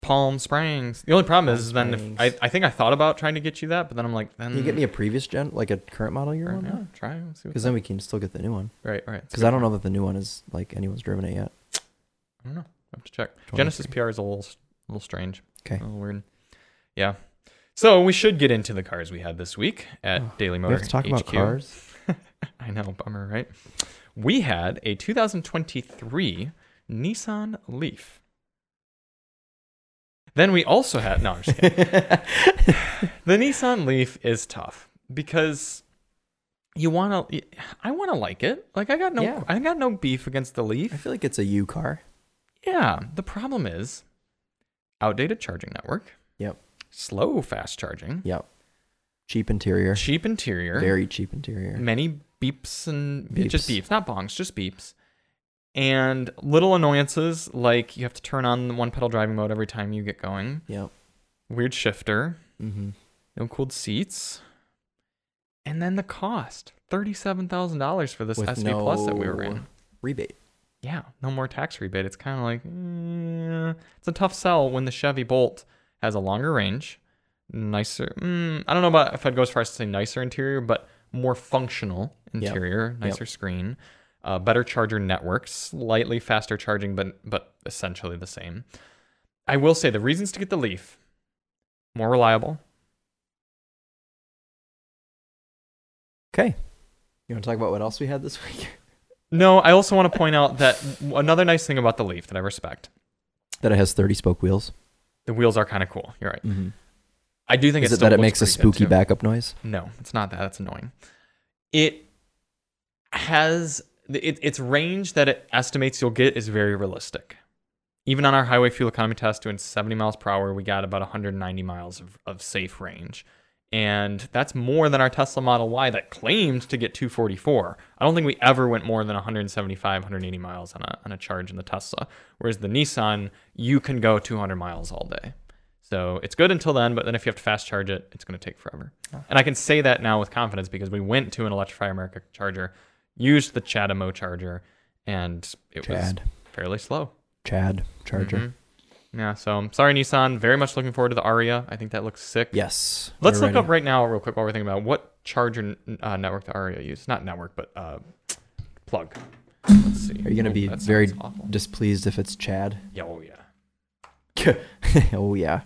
B: Palm Springs. The only problem
A: Palm
B: is then if I,
A: Springs.
B: I think I thought about trying to get you that, but then I'm like, then
A: Can you get me a previous gen, like a current model year
B: or,
A: one?
B: Hmm. yeah, try and see what
A: Because then we can still get the new one.
B: right, right.
A: Because I don't know that the new one is like anyone's driven it yet.
B: I don't know. I have to check. Genesis PR is a little s- a little strange.
A: 'Kay.
B: A little weird. Yeah. So we should get into the cars we had this week at
A: Ugh,
B: Daily
A: Oh, We
B: Motor.
A: have to talk about
B: HQ.
A: cars.
B: (laughs)
A: (laughs)
B: I know, bummer, right? We had a 2023 Nissan Leaf. Then we also had no, I'm just kidding.
A: (laughs)
B: the Nissan Leaf is tough because you want to. I want to like it. Like I got no,
A: Yeah.
B: I got no beef against the Leaf.
A: I feel like it's a U car.
B: Yeah, the problem is outdated charging network.
A: Yep.
B: Slow fast charging.
A: Yep. Cheap interior.
B: Cheap interior.
A: Very cheap interior.
B: Many beeps and it just
A: Beeps.
B: beeps, not bongs, just beeps. And little annoyances like you have to turn on the one pedal driving mode every time you get going.
A: Yep.
B: Weird shifter,
A: Mm-hmm.
B: no cooled seats. And then the cost, $37,000 for this
A: With
B: SV Plus that we were in.
A: no- Rebate.
B: yeah, no more tax rebate. It's kind of like mm, it's a tough sell when the Chevy Bolt has a longer range, nicer. Mm, I don't know about if I'd go as far as to say nicer interior, but more functional interior, nicer screen, uh, better charger network, slightly faster charging, but but essentially the same. I will say the reasons to get the Leaf more reliable.
A: Okay. You want to talk about what else we had this (laughs) week
B: No, I also want to point out that another nice thing about the Leaf that I respect,
A: that it has 30 spoke wheels.
B: the wheels are kind of cool. You're right.
A: Mm-hmm.
B: I do think
A: Is it
B: it still
A: that it makes
B: looks
A: a
B: pretty good,
A: spooky
B: too.
A: backup noise?
B: No, it's not that. That's annoying. It has it, its range that it estimates you'll get is very realistic. Even on our highway fuel economy test doing 70 miles per hour, we got about 190 miles of, of safe range. And that's more than our Tesla Model Y that claimed to get 244. I don't think we ever went more than 175, 180 miles on a, on a charge in the Tesla. Whereas the Nissan, you can go 200 miles all day. So it's good until then, but then if you have to fast charge it, it's going to take forever. And I can say that now with confidence because we went to an Electrify America charger, used the Chademo charger, and it
A: Chad.
B: was fairly slow.
A: Chad Charger.
B: Mhm. Yeah, so I'm sorry, Nissan. Very much looking forward to the Aria. I think that looks sick.
A: Yes.
B: Let's
A: we're
B: look
A: ready.
B: up right now, real quick, while we're thinking about what charger n- uh, network the Aria used. Not network, but uh, plug. Let's see.
A: Are you gonna
B: Oh,
A: be
B: that
A: very
B: sounds awful.
A: displeased if it's Chad? (laughs)
B: Yeah, oh, yeah.
A: oh yeah.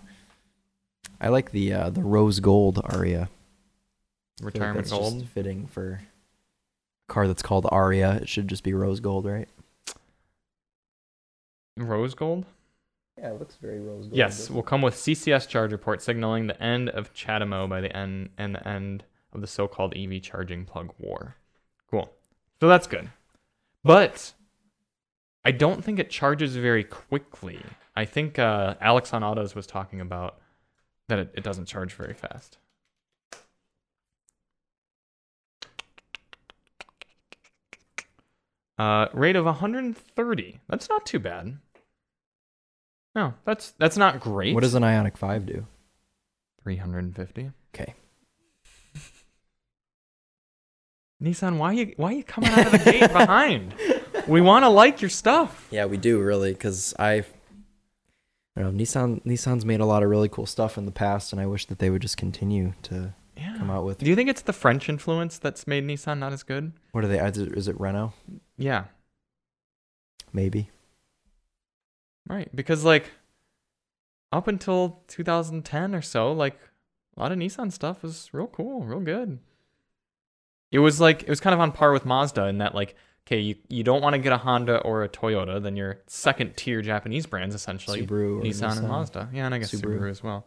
A: I like the uh, the rose gold aria. I feel like
B: Retirement
A: that's
B: gold.
A: Just fitting for a car that's called Aria. It should just be rose gold, right?
B: Rose gold?
A: Yeah, it looks very rose gold.
B: Yes, will come with CCS charger port signaling the end of Chatamo by the end and the end of the so-called EV charging plug war. Cool. So that's good. But I don't think it charges very quickly. I think uh, Alex on Autos was talking about that it, it doesn't charge very fast. Uh, rate of 130. That's not too bad. No, that's that's not great.
A: What does an Ionic 5 do?
B: 350.
A: 'Kay.
B: Nissan, why you why you coming out of the
A: (laughs)
B: gate (laughs) behind? We want to like your stuff.
A: Yeah, we do really, because I, I don't know. Nissan Nissan's made a lot of really cool stuff in the past, and I wish that they would just continue to
B: Yeah.
A: come out with.
B: Do you think it's the French influence that's made Nissan not as good?
A: What are they? Is it, is it Renault?
B: Yeah.
A: Maybe.
B: Right. Because like up until 2010 or so, like a lot of Nissan stuff was real cool, real good. It was like it was kind of on par with Mazda in that like okay, you, you don't want to get a Honda or a Toyota, then your second tier Japanese brands essentially
A: Subaru or
B: Nissan, and Mazda. Yeah, and I guess
A: Subaru.
B: Subaru, as well.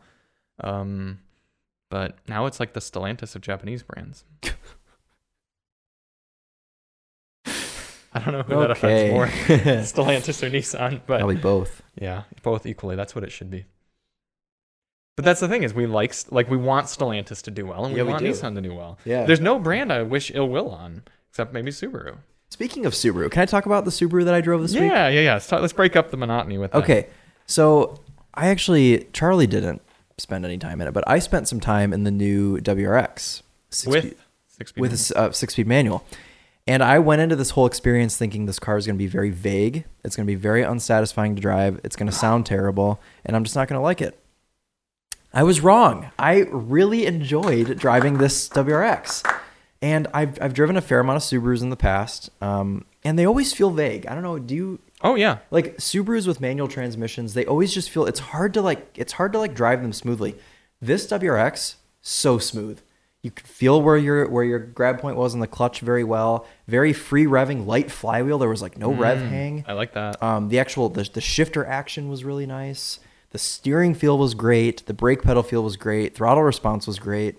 B: Um, but now it's like the Stellantis of Japanese brands. (laughs) I don't know who that
A: Okay. (laughs)
B: affects more, (laughs) Stellantis or Nissan, but
A: Probably both.
B: yeah, both equally. That's what it should be. But that's the thing is we like st- like we want Stellantis to do well and we
A: Yeah, we
B: want
A: do.
B: Nissan to do well.
A: Yeah.
B: There's no brand I wish ill will on except maybe Subaru.
A: Speaking of Subaru, can I talk about the Subaru that I drove this week?
B: yeah, yeah, yeah. Let's, talk, let's break up the monotony with that.
A: Okay. So I actually Charlie didn't spend any time in it, but I spent some time in the new WRX six
B: With
A: speed,
B: six people.
A: with a s- uh, six speed manual. And I went into this whole experience thinking this car is going to be very vague. It's going to be very unsatisfying to drive. It's going to sound terrible, and I'm just not going to like it. I was wrong. I really enjoyed driving this WRX. And I've, I've driven a fair amount of Subarus in the past, um, and they always feel vague. I don't know. Do you
B: oh yeah,
A: like Subarus with manual transmissions, they always just feel it's hard to like it's hard to like drive them smoothly. This WRX so smooth. You could feel where your where your grab point was in the clutch very well. Very free revving, light flywheel. There was like no rev hang.
B: I like that.
A: Um, the actual the, the shifter action was really nice. The steering feel was great. The brake pedal feel was great. Throttle response was great.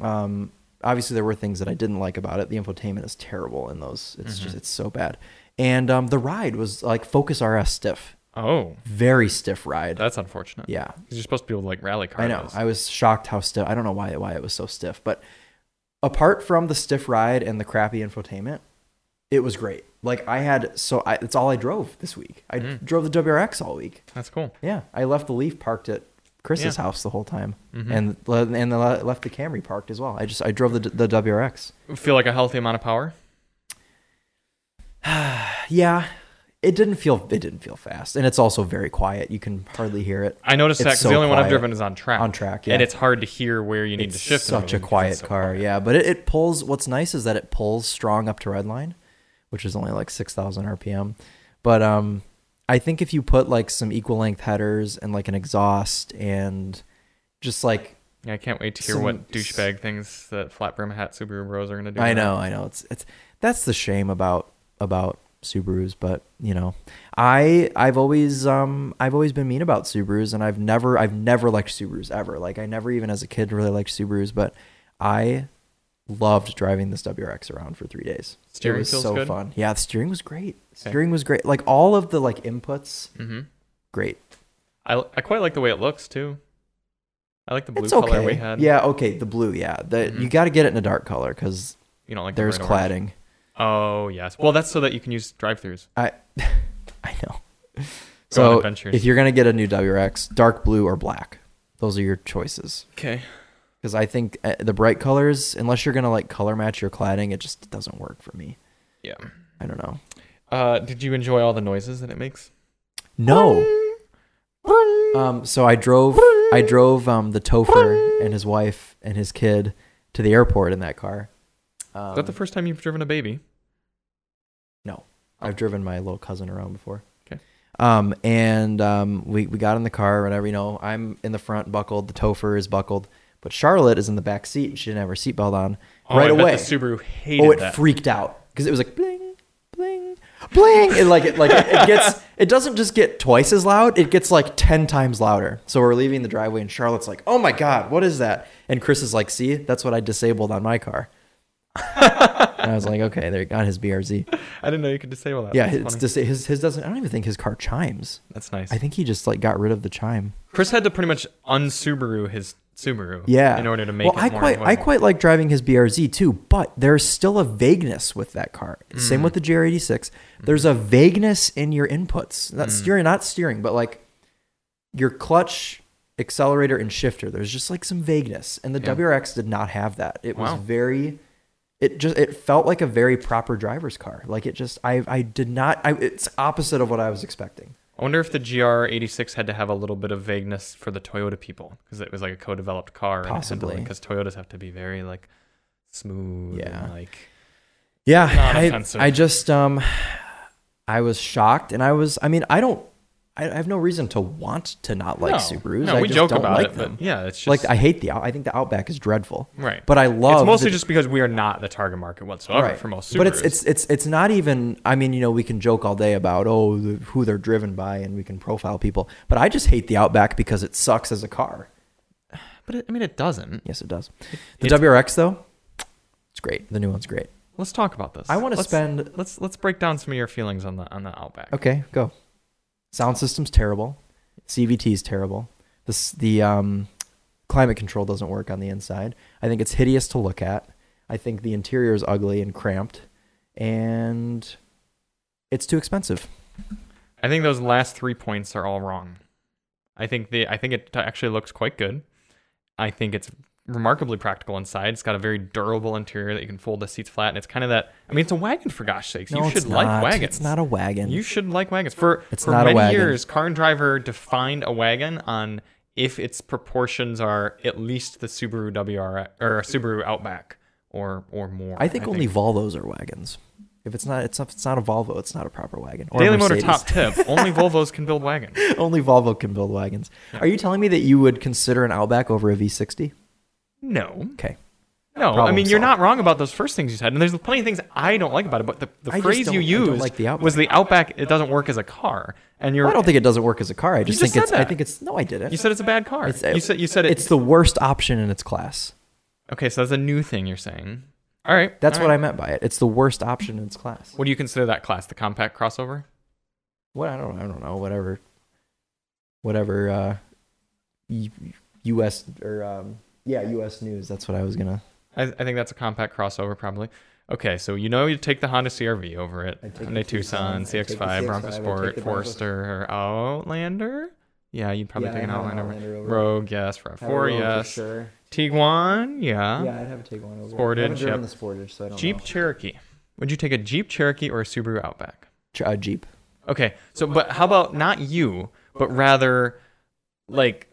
A: Um, obviously, there were things that I didn't like about it. The infotainment is terrible in those. It's just it's so bad. And um, the ride was like Focus RS stiff,
B: oh,
A: very stiff ride.
B: that's unfortunate.
A: yeah,
B: 'Cause you're supposed to be able to like rally cars.
A: I know. I was shocked how stiff. I don't know why why it was so stiff, but apart from the stiff ride and the crappy infotainment, it was great. Like I had so I, it's all I drove this week. I
B: Mm.
A: drove the WRX all week.
B: that's cool.
A: Yeah, I left the Leaf parked at Chris's
B: Yeah. Mm-hmm.
A: house the whole time, and le- and I left the Camry parked as well. I just I drove the the WRX.
B: Feel like a healthy amount of power.
A: Yeah, it didn't feel it didn't feel fast, and it's also very quiet. You can hardly hear it.
B: I noticed that
A: It's
B: 'cause that because
A: so
B: the only one I've
A: quiet.
B: driven is on track.
A: On track, yeah.
B: And it's hard to hear where you need to
A: It's
B: shift. and
A: such a
B: everything 'cause
A: quiet
B: it's so
A: car, yeah. But it, it pulls. What's nice is that it pulls strong up to redline, which is only like six thousand RPM. But um, I think if you put like some equal length headers and like an exhaust and just like
B: Yeah, I can't wait to hear
A: Some-
B: what douchebag things that flat brim hat Subaru Bros are gonna do.
A: I
B: now.
A: know, I know. It's it's that's the shame about about Subarus, but you know, I I've always um I've always been mean about Subarus, and I've never I've never liked Subarus ever. Like I never even as a kid really liked Subarus, but I loved driving this WRX around for three days.
B: Steering
A: it was
B: feels
A: so
B: good?
A: fun. Yeah, the steering was great. Steering was great. Like all of the like inputs,
B: Mhm.
A: great.
B: I I quite like the way it looks too. I like the blue
A: it's
B: color
A: okay.
B: we had.
A: Yeah, okay. The blue, yeah. The, You got to get it in a dark color because
B: You know, like the
A: there's
B: red orange.
A: cladding.
B: Oh yes. Well, that's so that you can use drive-throughs.
A: I I know.
B: on
A: So
B: adventures.
A: if you're gonna get a new WRX, dark blue or black, those are your choices.
B: Okay.
A: Because I think uh, the bright colors, unless you're gonna like color match your cladding, it just doesn't work for me.
B: Yeah.
A: I don't know.
B: Uh, did you enjoy all the noises that it makes?
A: No. Um. So I drove. I drove um the Topher and his wife and his kid to the airport in that car. Um,
B: Is that the first time you've driven a baby?
A: I've driven my little cousin around before.
B: Okay.
A: Um, and um, we, we got in the car, whatever, you know, I'm in the front buckled, the topher is buckled, but Charlotte is in the back seat and she didn't have her seatbelt on
B: Oh,
A: right
B: I bet
A: away.
B: the Subaru hated
A: oh, it
B: that.
A: freaked out because it was like bling, bling, bling. And like it, like it, it gets, it doesn't just get twice as loud, it gets like 10 times louder. So we're leaving the driveway and Charlotte's like, oh my God, what is that? And Chris is like, see, that's what I disabled on my car. and I was like, okay, there on his BRZ.
B: I didn't know you could disable that.
A: Yeah, it's
B: That's funny.
A: dis- his his doesn't. I don't even think his car chimes.
B: That's nice.
A: I think he just like got rid of the chime.
B: Chris had to pretty much unsubaru his Subaru.
A: Yeah,
B: In order to make
A: well,
B: it
A: I
B: more
A: quite I
B: enjoyable.
A: quite like driving his BRZ too, but there's still a vagueness with that car. Same
B: Mm.
A: with the GR86.
B: Mm-hmm.
A: There's a vagueness in your inputs. Not
B: Mm.
A: steering, not steering, but like your clutch, accelerator, and shifter. There's just like some vagueness, and the
B: Yeah.
A: WRX did not have that. It
B: Wow.
A: was very. It just it felt like a very proper driver's car. Like it just I I did not I it's opposite of what I was expecting.
B: I wonder if the GR86 had to have a little bit of vagueness for the Toyota people because it was like a co-developed car.
A: Possibly.
B: Because Toyotas have to be very like smooth.
A: Yeah.
B: And, like
A: Yeah,
B: Not
A: I,
B: offensive.
A: I just um, I was shocked, and I was. I mean, I don't. I, I have no reason to want to not like
B: no,
A: Subarus.
B: No,
A: I
B: we
A: just
B: joke
A: don't
B: about
A: like
B: it,
A: them.
B: but yeah, it's just
A: like I hate the. out. I think the Outback is dreadful.
B: right.
A: But I love.
B: it's mostly
A: the-
B: just because we are not the target market whatsoever for most Subarus.
A: But it's it's it's it's not even. I mean, you know, we can joke all day about oh the, who they're driven by, and we can profile people. But I just hate the Outback because it sucks as a car.
B: but it, I mean, it doesn't.
A: Yes, it does. The
B: It's-
A: WRX though, it's great. The new one's great.
B: Let's talk about this.
A: I want to
B: Let's-
A: spend.
B: Let's let's break down some of your feelings on the on the Outback.
A: Okay, go. Sound system's terrible. CVT is terrible. This the um, climate control doesn't work on the inside. I think it's hideous to look at. I think the interior is ugly and cramped, and it's too expensive.
B: I think those last three points are all wrong. I think the I think it t- actually looks quite good. I think it's remarkably practical inside. It's got a very durable interior that you can fold the seats flat, and it's kind of that. I mean, it's a wagon for gosh sakes.
A: No,
B: you
A: it's
B: should like
A: not.
B: wagons.
A: It's not a wagon.
B: You should like wagons. For
A: It's
B: for
A: not a
B: many
A: wagon.
B: years, Car and Driver defined a wagon on if its proportions are at least the Subaru WR or Subaru Outback or or more.
A: I think only Volvos are wagons. If it's not, it's not, it's not a Volvo. It's not a proper wagon. Or a
B: Daily Motor
A: Mercedes.
B: top tip: only Volvos can build wagons.
A: (laughs) only Volvo can build wagons. Are you telling me that you would consider an Outback over a V60?
B: No,
A: Okay.
B: no. I
A: Problem
B: mean, you're
A: solved.
B: not wrong about those first things you said, and there's plenty of things I don't like about it. But the,
A: I
B: the
A: just
B: phrase
A: don't-
B: you
A: I don't
B: used
A: like the Outback.
B: was the Outback. It doesn't work as a car, and you're.
A: Well, I don't think it doesn't work as a car. I just,
B: just
A: think
B: said
A: it's. I
B: that.
A: think it's. No, I didn't.
B: you said it's a bad car.
A: It's-
B: you said you said it,
A: it's the worst option in its class.
B: Okay, so that's a new thing you're saying. All right,
A: That's
B: all
A: what I
B: right.
A: meant by it. It's the worst option in its class.
B: What do you consider that class? The compact crossover?
A: What I don't. I don't know. Whatever. Whatever. Uh, U- U.S. or um, yeah, U.S. news. That's what I was gonna.
B: I, I think that's a compact crossover, probably. Okay, so you know you take the Honda CRV over it,
A: I'd take
B: Hyundai
A: the Tucson,
B: Tucson,
A: I'd take the
B: CX-5,
A: CX-5,
B: Bronco
A: I'd take
B: Sport,
A: the Bronco.
B: Forester, or Outlander. Yeah, you'd probably
A: Yeah,
B: take
A: I'd
B: an
A: have an
B: Outlander.
A: Outlander over it.
B: Rogue, yes. RAV4, yes.
A: sure.
B: Tiguan, yeah.
A: Yeah, I'd have to take one over.
B: Sportage,
A: I haven't driven
B: yep.
A: the Sportage, so I don't
B: Jeep
A: know.
B: Cherokee. Would you take a Jeep Cherokee or a Subaru Outback?
A: Ch- uh, Jeep.
B: Okay, so but how about not you, but rather, like,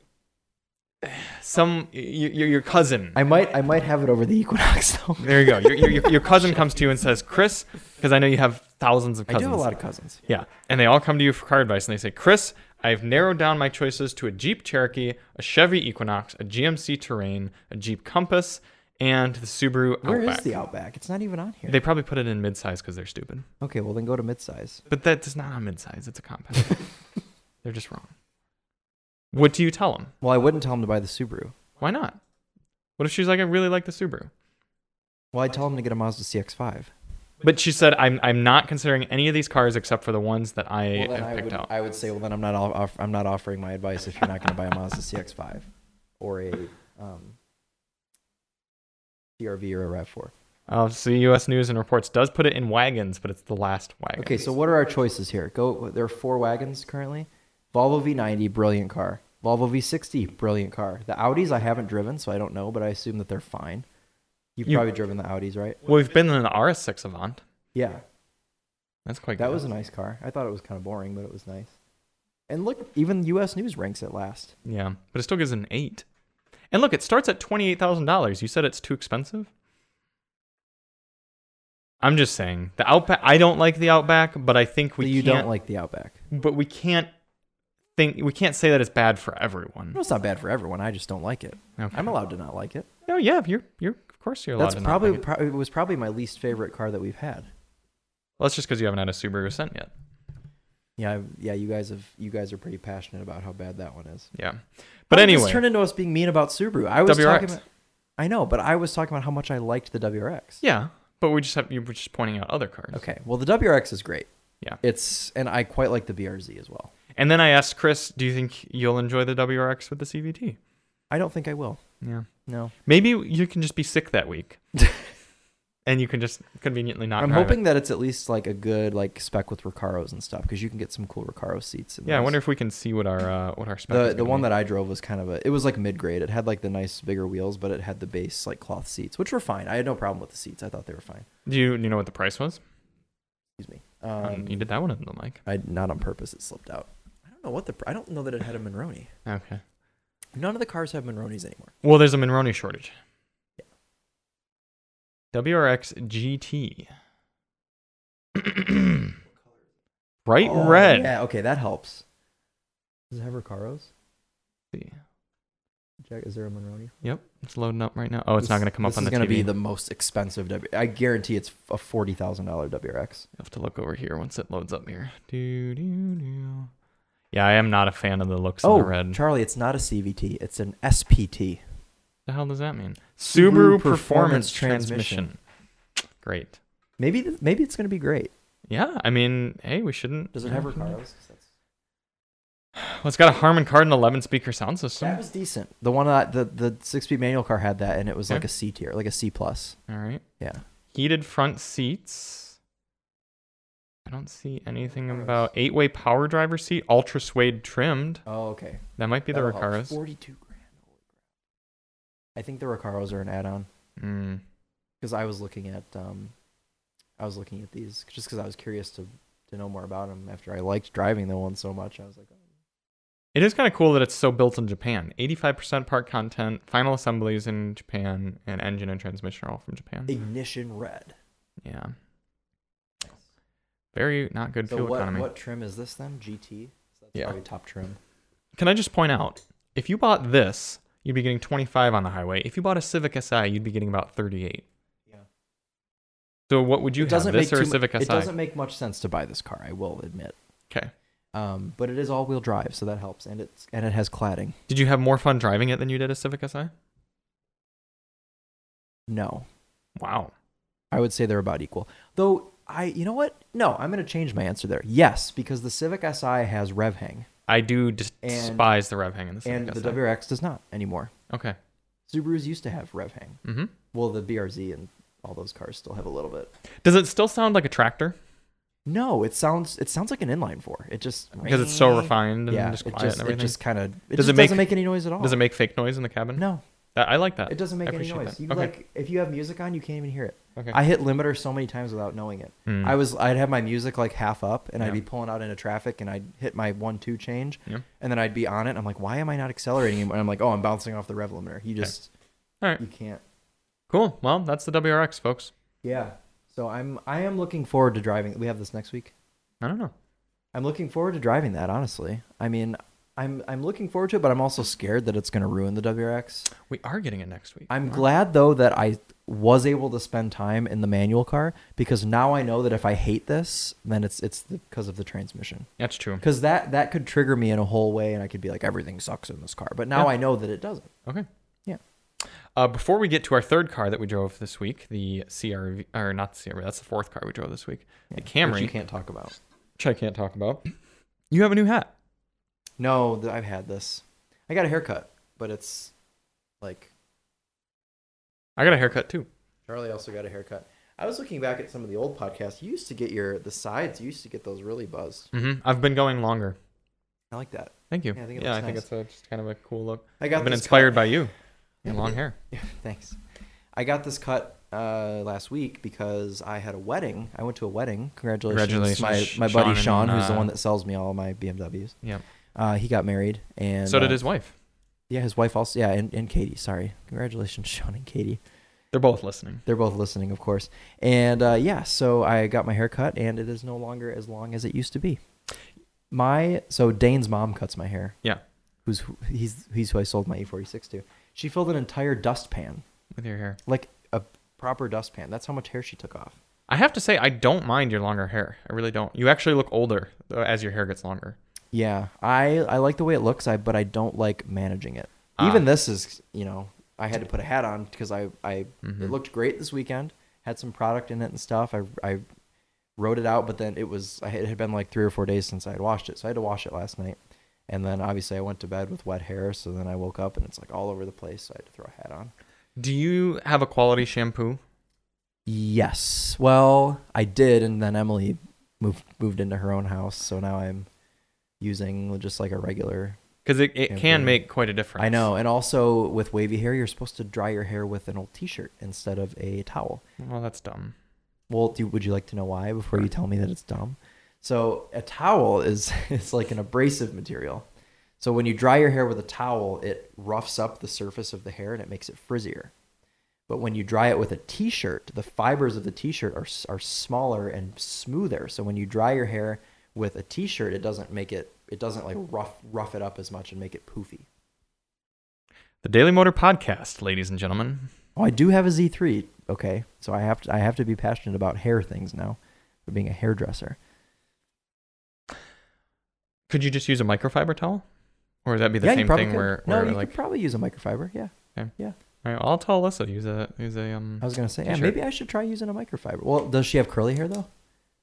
B: some y- y- your cousin.
A: I might. I might have it over the Equinox (laughs) though.
B: (laughs) There you go. Your, your, your- your cousin comes to you and says, Chris, because I know you have thousands of
A: I do
B: cousins.
A: have a lot of cousins.
B: Yeah. And they all come to you for car advice and they say, Chris, I've narrowed down my choices to a Jeep Cherokee, a Chevy Equinox, a GMC Terrain, a Jeep Compass, and the Subaru
A: Where is
B: Outback.
A: the Outback? It's not even on here.
B: They probably put it in midsize because they're stupid.
A: okay, well then go to midsize.
B: But that's not a midsize, it's a compact. (laughs) they're just wrong. What do you tell them?
A: Well, I wouldn't tell them to buy the Subaru.
B: Why not? What if she's like, I really like the Subaru?
A: Well, I'd tell them to get a Mazda CX-5.
B: But she said, I'm, I'm not considering any of these cars except for the ones that I
A: Well, then
B: have
A: I
B: picked
A: would,
B: out.
A: I would say, well, then I'm not off, off- I'm not offering my advice if you're not going to buy a Mazda CX-5 or a um, CRV or a Rav4.
B: Uh, so U.S. News and Reports does put it in wagons, but it's the last wagon.
A: Okay, so what are our choices here? Go. There are four wagons currently. Volvo V90, brilliant car. Volvo V60, brilliant car. The Audis I haven't driven, so I don't know, but I assume that they're fine. You've
B: You-
A: probably driven the Audis, right?
B: Well, we've been in an RS6 Avant.
A: Yeah,
B: That's quite.
A: that
B: good.
A: was a nice car. I thought it was kind of boring, but it was nice. And look, even U.S. News ranks it last.
B: Yeah, but it still gives it an eight. And look, it starts at twenty-eight thousand dollars. You said it's too expensive. I'm just saying the Outback. I don't like the Outback, but I think we
A: you
B: can't,
A: don't like the Outback.
B: But we can't think we can't say that it's bad for everyone.
A: No, it's not bad for everyone. I just don't like it.
B: Okay.
A: I'm allowed to not like it.
B: No, yeah, you're you're of course you're allowed.
A: That's
B: to not
A: probably
B: like it.
A: pro- it was probably my least favorite car that we've had.
B: Well, that's just because you haven't had a Subaru Ascent yet.
A: Yeah, I- yeah. You guys have you guys are pretty passionate about how bad that one is.
B: Yeah, but
A: How did this
B: anyway,
A: turn into us being mean about Subaru. I was
B: WRX.
A: talking. About, I know, but I was talking about how much I liked the WRX.
B: yeah. But we just have you were just pointing out other cars.
A: Okay, well the WRX is great.
B: Yeah.
A: It's and I quite like the BRZ as well.
B: And then I asked Chris, "Do you think you'll enjoy the WRX with the CVT?"
A: I don't think I will.
B: Yeah.
A: No,
B: Maybe you can just be sick
A: (laughs)
B: that week, and you can just conveniently not.
A: I'm
B: drive
A: hoping
B: it.
A: that it's at least like a good like spec with Recaros and stuff because you can get some cool Recaro seats. in
B: Yeah, I
A: those.
B: wonder if we can see what our uh, what our spec.
A: the the one that I drove was kind of a it was like mid grade. It had like the nice bigger wheels, but it had the base like cloth seats, which were fine. I had no problem with the seats. I thought they were fine.
B: do you you know what the price was?
A: Excuse me.
B: Um,
A: Um,
B: you did that one in the mic.
A: I not on purpose. It slipped out. I don't know what the pr- I don't know that it had a Monroney.
B: Okay.
A: None of the cars have Monronis anymore.
B: Well, there's a Monroney shortage. WRX GT. (clears throat) Bright
A: Oh,
B: red.
A: Yeah. Okay, that helps. Does it have Recaros?
B: See.
A: Jack, is there a Monroney?
B: Yep, it's loading up right now. Oh, it's
A: This-
B: not going to come up
A: this
B: on
A: is
B: the
A: gonna
B: TV.
A: be the most expensive W. I guarantee it's a forty thousand dollar WRX.
B: You'll have to look over here once it loads up here. Do, do, do. Yeah, I am not a fan of the looks
A: oh,
B: of the red.
A: Charlie, it's not a CVT. It's an SPT.
B: the hell does that mean?
A: Subaru
B: Subaru,
A: Performance
B: Performance,
A: Transmission.
B: Transmission. Great.
A: Maybe th- maybe it's gonna be great. Mm-hmm.
B: Yeah, I mean, hey, we shouldn't.
A: Does it have
B: we shouldn't-
A: Recaros?
B: Well, it's got a Harman Kardon 11 speaker sound system.
A: That was decent. The one that the the six speed manual car had that, and it was like
B: Yeah.
A: a C tier, like a C plus.
B: All right.
A: Yeah.
B: Heated front seats. I don't see anything about eight way power driver seat, ultra suede trimmed.
A: Oh, okay.
B: That might be the
A: That'll help.
B: Recaros.
A: 42 grand. Holy crap. I think the Recaros are an add-on
B: Mm.
A: because I was looking at um, I was looking at these just because I was curious to to know more about them after I liked driving the one so much. I was like,
B: Mm-hmm.
A: oh,
B: It is kind of cool that it's so built in Japan. 85% part content, final assemblies in Japan, and engine and transmission are all from Japan.
A: ignition red.
B: Yeah. Very not good
A: So
B: fuel
A: what
B: economy.
A: what trim is this then? GT. So that's
B: Yeah.
A: probably top trim.
B: Can I just point out, if you bought this, you'd be getting 25 on the highway. If you bought a Civic Si, you'd be getting about 38.
A: Yeah.
B: So what would you
A: it
B: have,
A: doesn't
B: this
A: make
B: or a
A: too mu-
B: Civic Si?
A: It doesn't make much sense to buy this car. I will admit.
B: Okay.
A: Um, but it is all-wheel drive, so that helps, and it's and it has cladding.
B: Did you have more fun driving it than you did a Civic Si?
A: No,
B: Wow.
A: I would say they're about equal. Though I, you know what? No, I'm going to change my answer there. Yes, because the Civic Si has rev hang,
B: I do dis-
A: And-
B: despise the rev hang in the Civic
A: and the
B: Si.
A: WRX does not anymore.
B: okay.
A: Subarus used to have rev hang.
B: hmm
A: Well, the BRZ and all those cars still have a little bit.
B: Does it still sound like a tractor?
A: No, it sounds it sounds like an inline four. It just
B: Because it's so refined and
A: Yeah,
B: just
A: it
B: quiet
A: just
B: and
A: it
B: everything.
A: just kind of it
B: Does
A: just
B: it make-
A: doesn't make any noise at all.
B: Does it make fake noise in the cabin?
A: no,
B: That- I like that.
A: it doesn't
B: I
A: make any
B: appreciate
A: noise.
B: that.
A: You
B: okay.
A: like if you have music on, you can't even hear it.
B: okay.
A: I hit limiter so many times without knowing it.
B: Hmm.
A: I was I'd have my music like half up and
B: Yeah.
A: I'd be pulling out into traffic and I'd hit my one two change
B: Yeah.
A: and then I'd be on it. and I'm like, why am I not accelerating? And I'm like, oh, I'm bouncing off the rev limiter. You just
B: All right.
A: you can't.
B: Cool. Well, that's the WRX, folks.
A: Yeah. So I'm I am looking forward to driving. We have this next week.
B: I don't know.
A: I'm looking forward to driving that. Honestly, I mean, I'm I'm looking forward to it, but I'm also scared that it's going to ruin the WRX.
B: We are getting it next week.
A: I'm
B: Wow.
A: glad though that I was able to spend time in the manual car because now I know that if I hate this, then it's it's because of the transmission.
B: That's true.
A: because that that could trigger me in a whole way and i could be like everything sucks in this car but now
B: Yeah.
A: i know that it doesn't
B: Okay.
A: Yeah.
B: Uh, before we get to our third car that we drove this week, the CRV, or not the CRV, that's the fourth car we drove this week, the
A: Camry
B: Camry,
A: you can't talk about
B: which I can't talk about. You have a new hat.
A: no th- i've had this i got a haircut but it's like
B: I got a haircut too.
A: charlie also got a haircut i was looking back at some of the old podcasts you used to get your the sides you used to get those really buzzed
B: hmm I've been going longer.
A: i like that
B: Thank you.
A: Yeah, I think it
B: yeah,
A: looks
B: think
A: nice.
B: it's a, just kind of a cool look.
A: i got
B: I've been
A: this
B: inspired
A: cut-
B: by you and long hair.
A: Yeah, (laughs) thanks i got this cut uh, last week because i had a wedding i went to a wedding congratulations,
B: Congratulations,
A: my, my buddy
B: Sean
A: sean
B: and,
A: who's the
B: uh,
A: one that sells me all my bmws
B: Yeah.
A: uh, he got married and
B: so
A: uh,
B: did his wife.
A: Yeah, his wife also. Yeah, and, and Katie. Sorry. Congratulations, (laughs) Sean and Katie.
B: They're both listening.
A: They're both listening, of course. And uh, yeah, so I got my hair cut, and it is no longer as long as it used to be. My so Dane's mom cuts my hair.
B: Yeah.
A: Who's who, he's he's who I sold my E46 to. She filled an entire dustpan,
B: with your hair.
A: like a proper dustpan. That's how much hair she took off.
B: I have to say, I don't mind your longer hair. I really don't. You actually look older uh, as your hair gets longer.
A: Yeah, I I like the way it looks, I but I don't like managing it.
B: Ah.
A: Even this is, you know, I had to put a hat on because I I
B: Mhm.
A: it looked great this weekend. Had some product in it and stuff. I I wrote it out, but then it was I had- it had been like three or four days since I had washed it, so I had to wash it last night. And then obviously I went to bed with wet hair, so then I woke up and it's like all over the place. So I had to throw a hat on.
B: Do you have a quality shampoo?
A: Yes, well I did, and then Emily moved moved into her own house, so now I'm using just like a regular
B: Because it, it can
A: Shampoo.
B: make quite a difference.
A: I know, and also with wavy hair, you're supposed to dry your hair with an old T-shirt instead of a towel.
B: Well, that's dumb.
A: Well, do, would you like to know why before you tell me that it's dumb? So a towel is (laughs) it's like an abrasive material. So when you dry your hair with a towel, it roughs up the surface of the hair and it makes it frizzier. But when you dry it with a t-shirt, the fibers of the t-shirt are s- are smaller and smoother. So when you dry your hair with a t-shirt, it doesn't make it it doesn't like rough rough it up as much and make it poofy.
B: The Daily Motor Podcast, ladies and gentlemen.
A: Oh, I do have a Z3. Okay, so I have to I have to be passionate about hair things now, for being a hairdresser.
B: Could you just use a microfiber towel? Or would that be the
A: yeah, you
B: same
A: probably
B: thing
A: could.
B: where,
A: no,
B: where
A: you
B: like,
A: could probably use a microfiber. Yeah,
B: all right, well, I'll tell Alyssa to use a, use a, um,
A: I was gonna say, yeah,
B: T-shirt.
A: maybe I should try using a microfiber. Well, does she have curly hair though?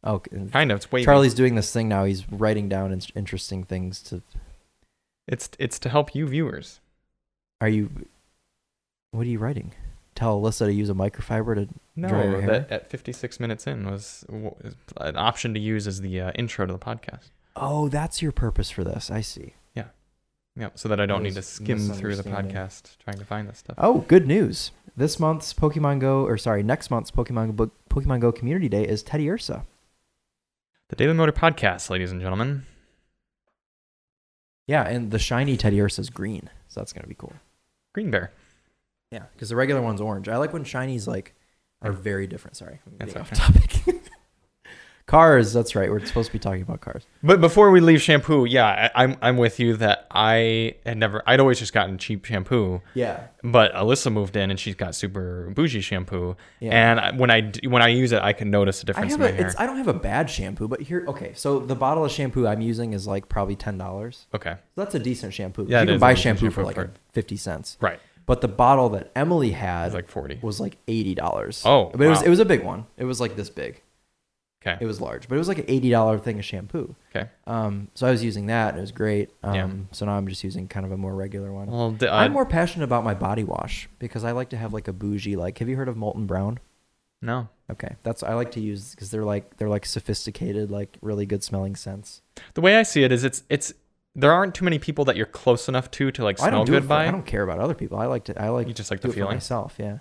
A: Oh, okay.
B: kind of, it's wavy.
A: Charlie's doing this thing now. He's writing down in- interesting things to.
B: It's, it's to help you viewers.
A: Are you? What are you writing? tell Alyssa to use a microfiber to Dry your
B: No,
A: hair?
B: that at 56 minutes in was w- is an option to use as the uh, intro to the podcast.
A: Oh, that's your purpose for this. I see.
B: Yeah, so that I don't need to
A: was
B: skim through the
A: misunderstanding.
B: podcast trying to find this stuff.
A: Oh, good news. This month's Pokemon Go or sorry, next month's Pokemon Go, Pokemon Go Community Day is Teddy Ursa.
B: The Daily Motor Podcast, ladies and gentlemen.
A: Yeah, and the shiny Teddy Ursa is green. So that's going to be cool.
B: Green Bear.
A: Yeah, cuz the regular one's orange. I like when shinies like are very different, sorry. I'm
B: That's
A: getting
B: okay.
A: topic.
B: (laughs)
A: cars, that's right. We're supposed to be talking about cars.
B: But before we leave shampoo, yeah, I, I'm I'm with you that I had never I'd always just gotten cheap shampoo,
A: Yeah.
B: but Alyssa moved in and she's got super bougie shampoo,
A: Yeah.
B: and I, when I d- when I use it, I can notice
A: I
B: a difference
A: have
B: in my
A: a,
B: hair.
A: it's, I don't have a bad shampoo, but here okay, so the bottle of shampoo I'm using is like probably $10.
B: okay,
A: That's a decent shampoo.
B: Yeah,
A: you
B: it
A: can
B: is a
A: buy
B: decent
A: shampoo, for
B: shampoo
A: like
B: for it.
A: 50 cents.
B: right,
A: But the bottle that Emily had
B: it's like forty.
A: was like $80.
B: Oh,
A: but it was
B: wow.
A: it was a big one. It was like this big.
B: Okay,
A: It was large, but it was like an $80 thing of shampoo.
B: okay.
A: Um so I was using that and it was great. Um
B: Yeah.
A: so now I'm just using kind of a more regular one.
B: Well, d- uh,
A: I'm more passionate about my body wash because I like to have like a bougie like have you heard of Molton Brown?
B: no,
A: Okay. That's I like to use cuz they're like they're like sophisticated like really good smelling scents.
B: the way I see it is it's it's there aren't too many people that you're close enough to to like
A: I
B: smell
A: don't do
B: good
A: it for,
B: by.
A: I don't care about other people. I like to I like
B: you just like
A: do
B: the
A: it for
B: feeling.
A: myself, yeah.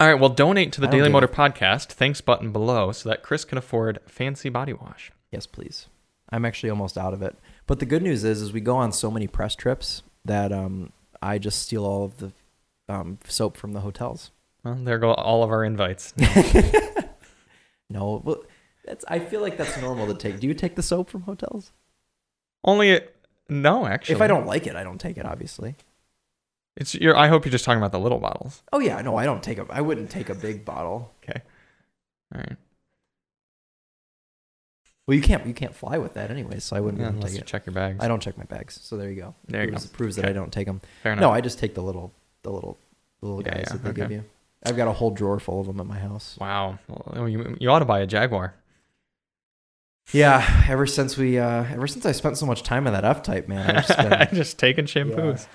B: All right, well, donate to the
A: I don't
B: Daily
A: do
B: Motor Podcast thanks button below so that Chris can afford fancy body wash.
A: Yes, please. I'm actually almost out of it. But the good news is, is we go on so many press trips that um, I just steal all of the um, soap from the
B: (laughs)
A: hotels.
B: Well, there go all of our invites.
A: No, well, that's. I feel like that's normal to take. Do you take the soap from hotels?
B: Only no, actually.
A: If I don't like it, I don't take it. Obviously.
B: it's you're, I hope you're just talking about the little bottles.
A: Oh yeah, no, I don't take a. I wouldn't take a big bottle.
B: All right,
A: Well, you can't. You can't fly with that anyway, so I wouldn't
B: yeah,
A: even
B: unless
A: take
B: you
A: it.
B: check your bags.
A: I don't check my bags, so there you go.
B: there you go.
A: proves, proves that
B: Okay.
A: I don't take them.
B: Fair enough.
A: No, I just take the little, the little, the little
B: Yeah,
A: guys
B: yeah,
A: that they give
B: okay.
A: you. I've got a whole drawer full of them at my house.
B: wow, well, you, you ought to buy a Jaguar.
A: (laughs)
B: (laughs)
A: Yeah, ever since we, uh, ever since I spent so much time on that F type, man, I've
B: (laughs)
A: just
B: I'm
A: been,
B: just taking shampoos.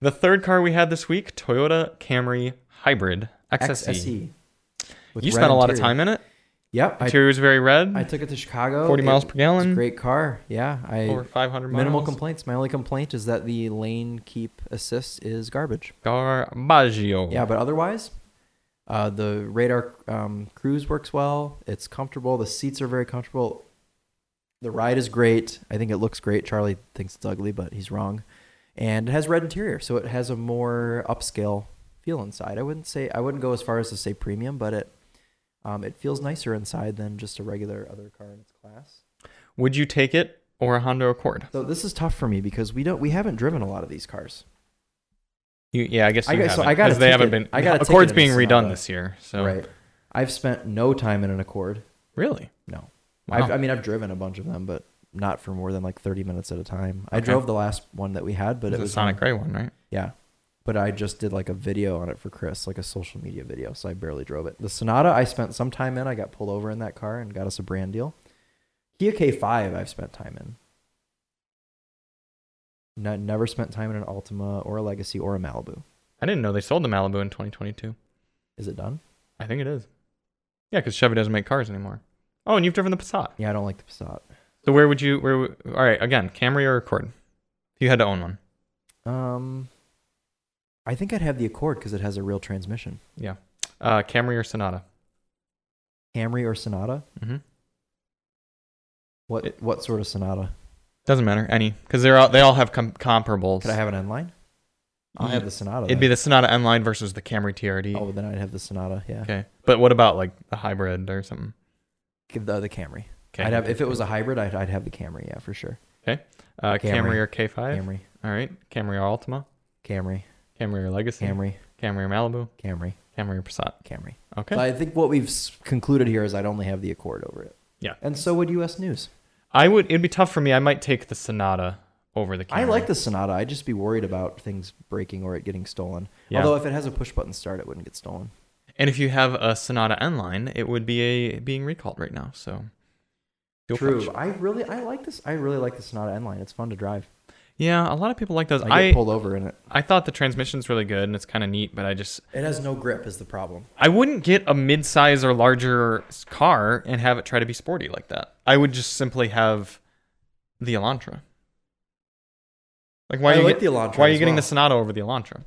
B: The third car we had this week, Toyota Camry Hybrid XSE.
A: XSE. E With
B: E. You
A: red
B: spent a lot of
A: interior.
B: time in it.
A: Yep, I,
B: Interior was very red.
A: I took it to Chicago.
B: 40
A: It
B: miles per
A: was a
B: gallon.
A: great car. Yeah, I
B: Over 500 miles.
A: minimal complaints. My only complaint is that the lane keep assist is garbage.
B: Garbaggio.
A: Yeah, but otherwise, uh, the radar um, cruise works well. It's comfortable. The seats are very comfortable. The ride is great. I think it looks great. Charlie thinks it's ugly, but he's wrong. And it has red interior, so it has a more upscale feel inside. I wouldn't say I wouldn't go as far as to say premium, but it um, it feels nicer inside than just a regular other car in its class.
B: Would you take it or a Honda Accord?
A: So this is tough for me because we don't we haven't driven a lot of these cars.
B: You, yeah, I guess
A: I
B: you
A: got- so
B: haven't.
A: I got a
B: because they haven't
A: ticket-
B: been.
A: I got a
B: Accord's
A: ticket
B: being
A: in
B: redone
A: Sonata.
B: this year. So
A: Right. I've spent no time in an Accord.
B: really,
A: No.
B: Wow.
A: I've, I mean, I've driven a bunch of them, but not for more than like 30 minutes at a time. I
B: Okay.
A: drove the last one that we had, but
B: it's
A: it
B: a
A: was
B: Sonic
A: on-
B: Gray one, right?
A: Yeah. But I just did like a video on it for Chris, like a social media video. So I barely drove it. The Sonata, I spent some time in. I got pulled over in that car and got us a brand deal. Kia K5, I've spent time in. No, never spent time in an Altima or a Legacy or a Malibu.
B: I didn't know they sold the Malibu in 2022.
A: Is it done?
B: I think it is. Yeah, because Chevy doesn't make cars anymore. Oh, and you've driven the Passat.
A: Yeah, I don't like the Passat.
B: So where would you? Where? w- All right, again, Camry or Accord? If you had to own one,
A: Um, I think I'd have the Accord because it has a real transmission.
B: uh, Camry or Sonata?
A: Camry or Sonata?
B: Mm-hmm.
A: What
B: It-
A: what sort of Sonata?
B: Doesn't matter any because they're all they all have com- comparables.
A: Could I have an N line? I have
B: Yeah.
A: the Sonata.
B: It'd be the Sonata M line versus the Camry TRD.
A: oh, then I'd have the Sonata. Yeah,
B: Okay, but what about like the hybrid or something?
A: Give the the Camry.
B: Okay.
A: I'd have if it was a hybrid. I'd, I'd have the Camry. Yeah, for sure.
B: uh, Camry
A: Camry.
B: or K5.
A: Camry,
B: All right, Camry or Altima,
A: Camry,
B: Camry or Legacy, Camry,
A: Camry,
B: or Malibu,
A: Camry,
B: Camry or Passat.
A: Camry.
B: Okay,
A: So I think what we've s- concluded here is I'd only have the Accord over it.
B: Yeah.
A: And so would U.S. News.
B: I would. It'd be tough for me. I might take the Sonata over the. Camry.
A: I like the Sonata. I'd just be worried about things breaking or it getting stolen.
B: Yeah.
A: Although if it has a push button start, it wouldn't get stolen.
B: And if you have a Sonata N line, it would be a being recalled right now. So fuel
A: True.
B: punch.
A: I really I like this. I really like the Sonata N line. It's fun to drive.
B: Yeah, a lot of people like those.
A: I get
B: I
A: pulled over in it.
B: I thought the transmission's really good and it's kind of neat, but I just
A: It has no grip is the problem.
B: I wouldn't get a mid-size or larger s- car and have it try to be sporty like that. I would just simply have the Elantra. Like why
A: I
B: are you
A: like the
B: get-
A: Elantra
B: Why are you
A: as
B: getting the
A: well.
B: Sonata over the Elantra?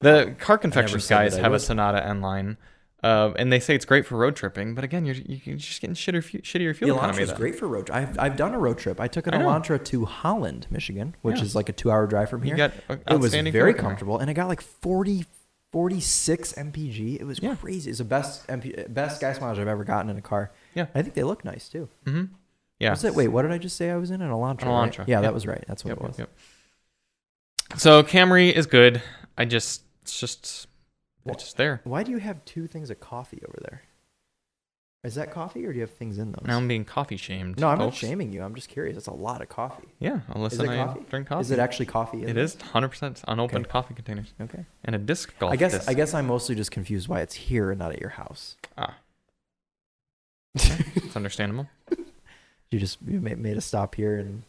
B: The car confections
A: said
B: guys
A: that I
B: have a
A: would.
B: Sonata N line, uh, and they say it's great for road tripping. But again, you're you're just getting shitter, fu- shittier
A: The
B: fuel
A: Elantra
B: economy.
A: is
B: then.
A: great for road. I've I've done a road trip. I took an
B: I know.
A: Elantra to Holland, Michigan, which
B: Yeah.
A: is like a two-hour drive from
B: You
A: here.
B: got a-
A: it was
B: outstanding
A: very
B: fuel economy.
A: comfortable, and I got like 40, 46 mpg. It was
B: Yeah.
A: crazy. It's the best MP, best gas mileage I've ever gotten in a car.
B: Yeah.
A: I think they look nice too.
B: hmm Yeah.
A: Was it, wait, what did I just say? I was in an Elantra.
B: An
A: right?
B: Elantra,
A: Yeah,
B: yeah.
A: that was right. That's what
B: Yep,
A: it was.
B: yep. So Camry is good. I just it's just
A: Well-
B: it's just there.
A: Why do you have two things of coffee over there? Is that coffee, or do you have things in those?
B: Now I'm being coffee shamed.
A: no, I'm not
B: folks.
A: shaming you. I'm just curious. That's a lot of coffee.
B: Yeah, unless
A: Is it
B: I
A: coffee?
B: drink coffee.
A: Is it actually coffee? in
B: It
A: there?
B: is 100% unopened coffee containers
A: Okay.
B: and a disc golf.
A: I guess
B: disc.
A: I guess I'm mostly just confused why it's here and not at your house. (laughs)
B: Ah. it's understandable.
A: You just you ma- made a stop here, and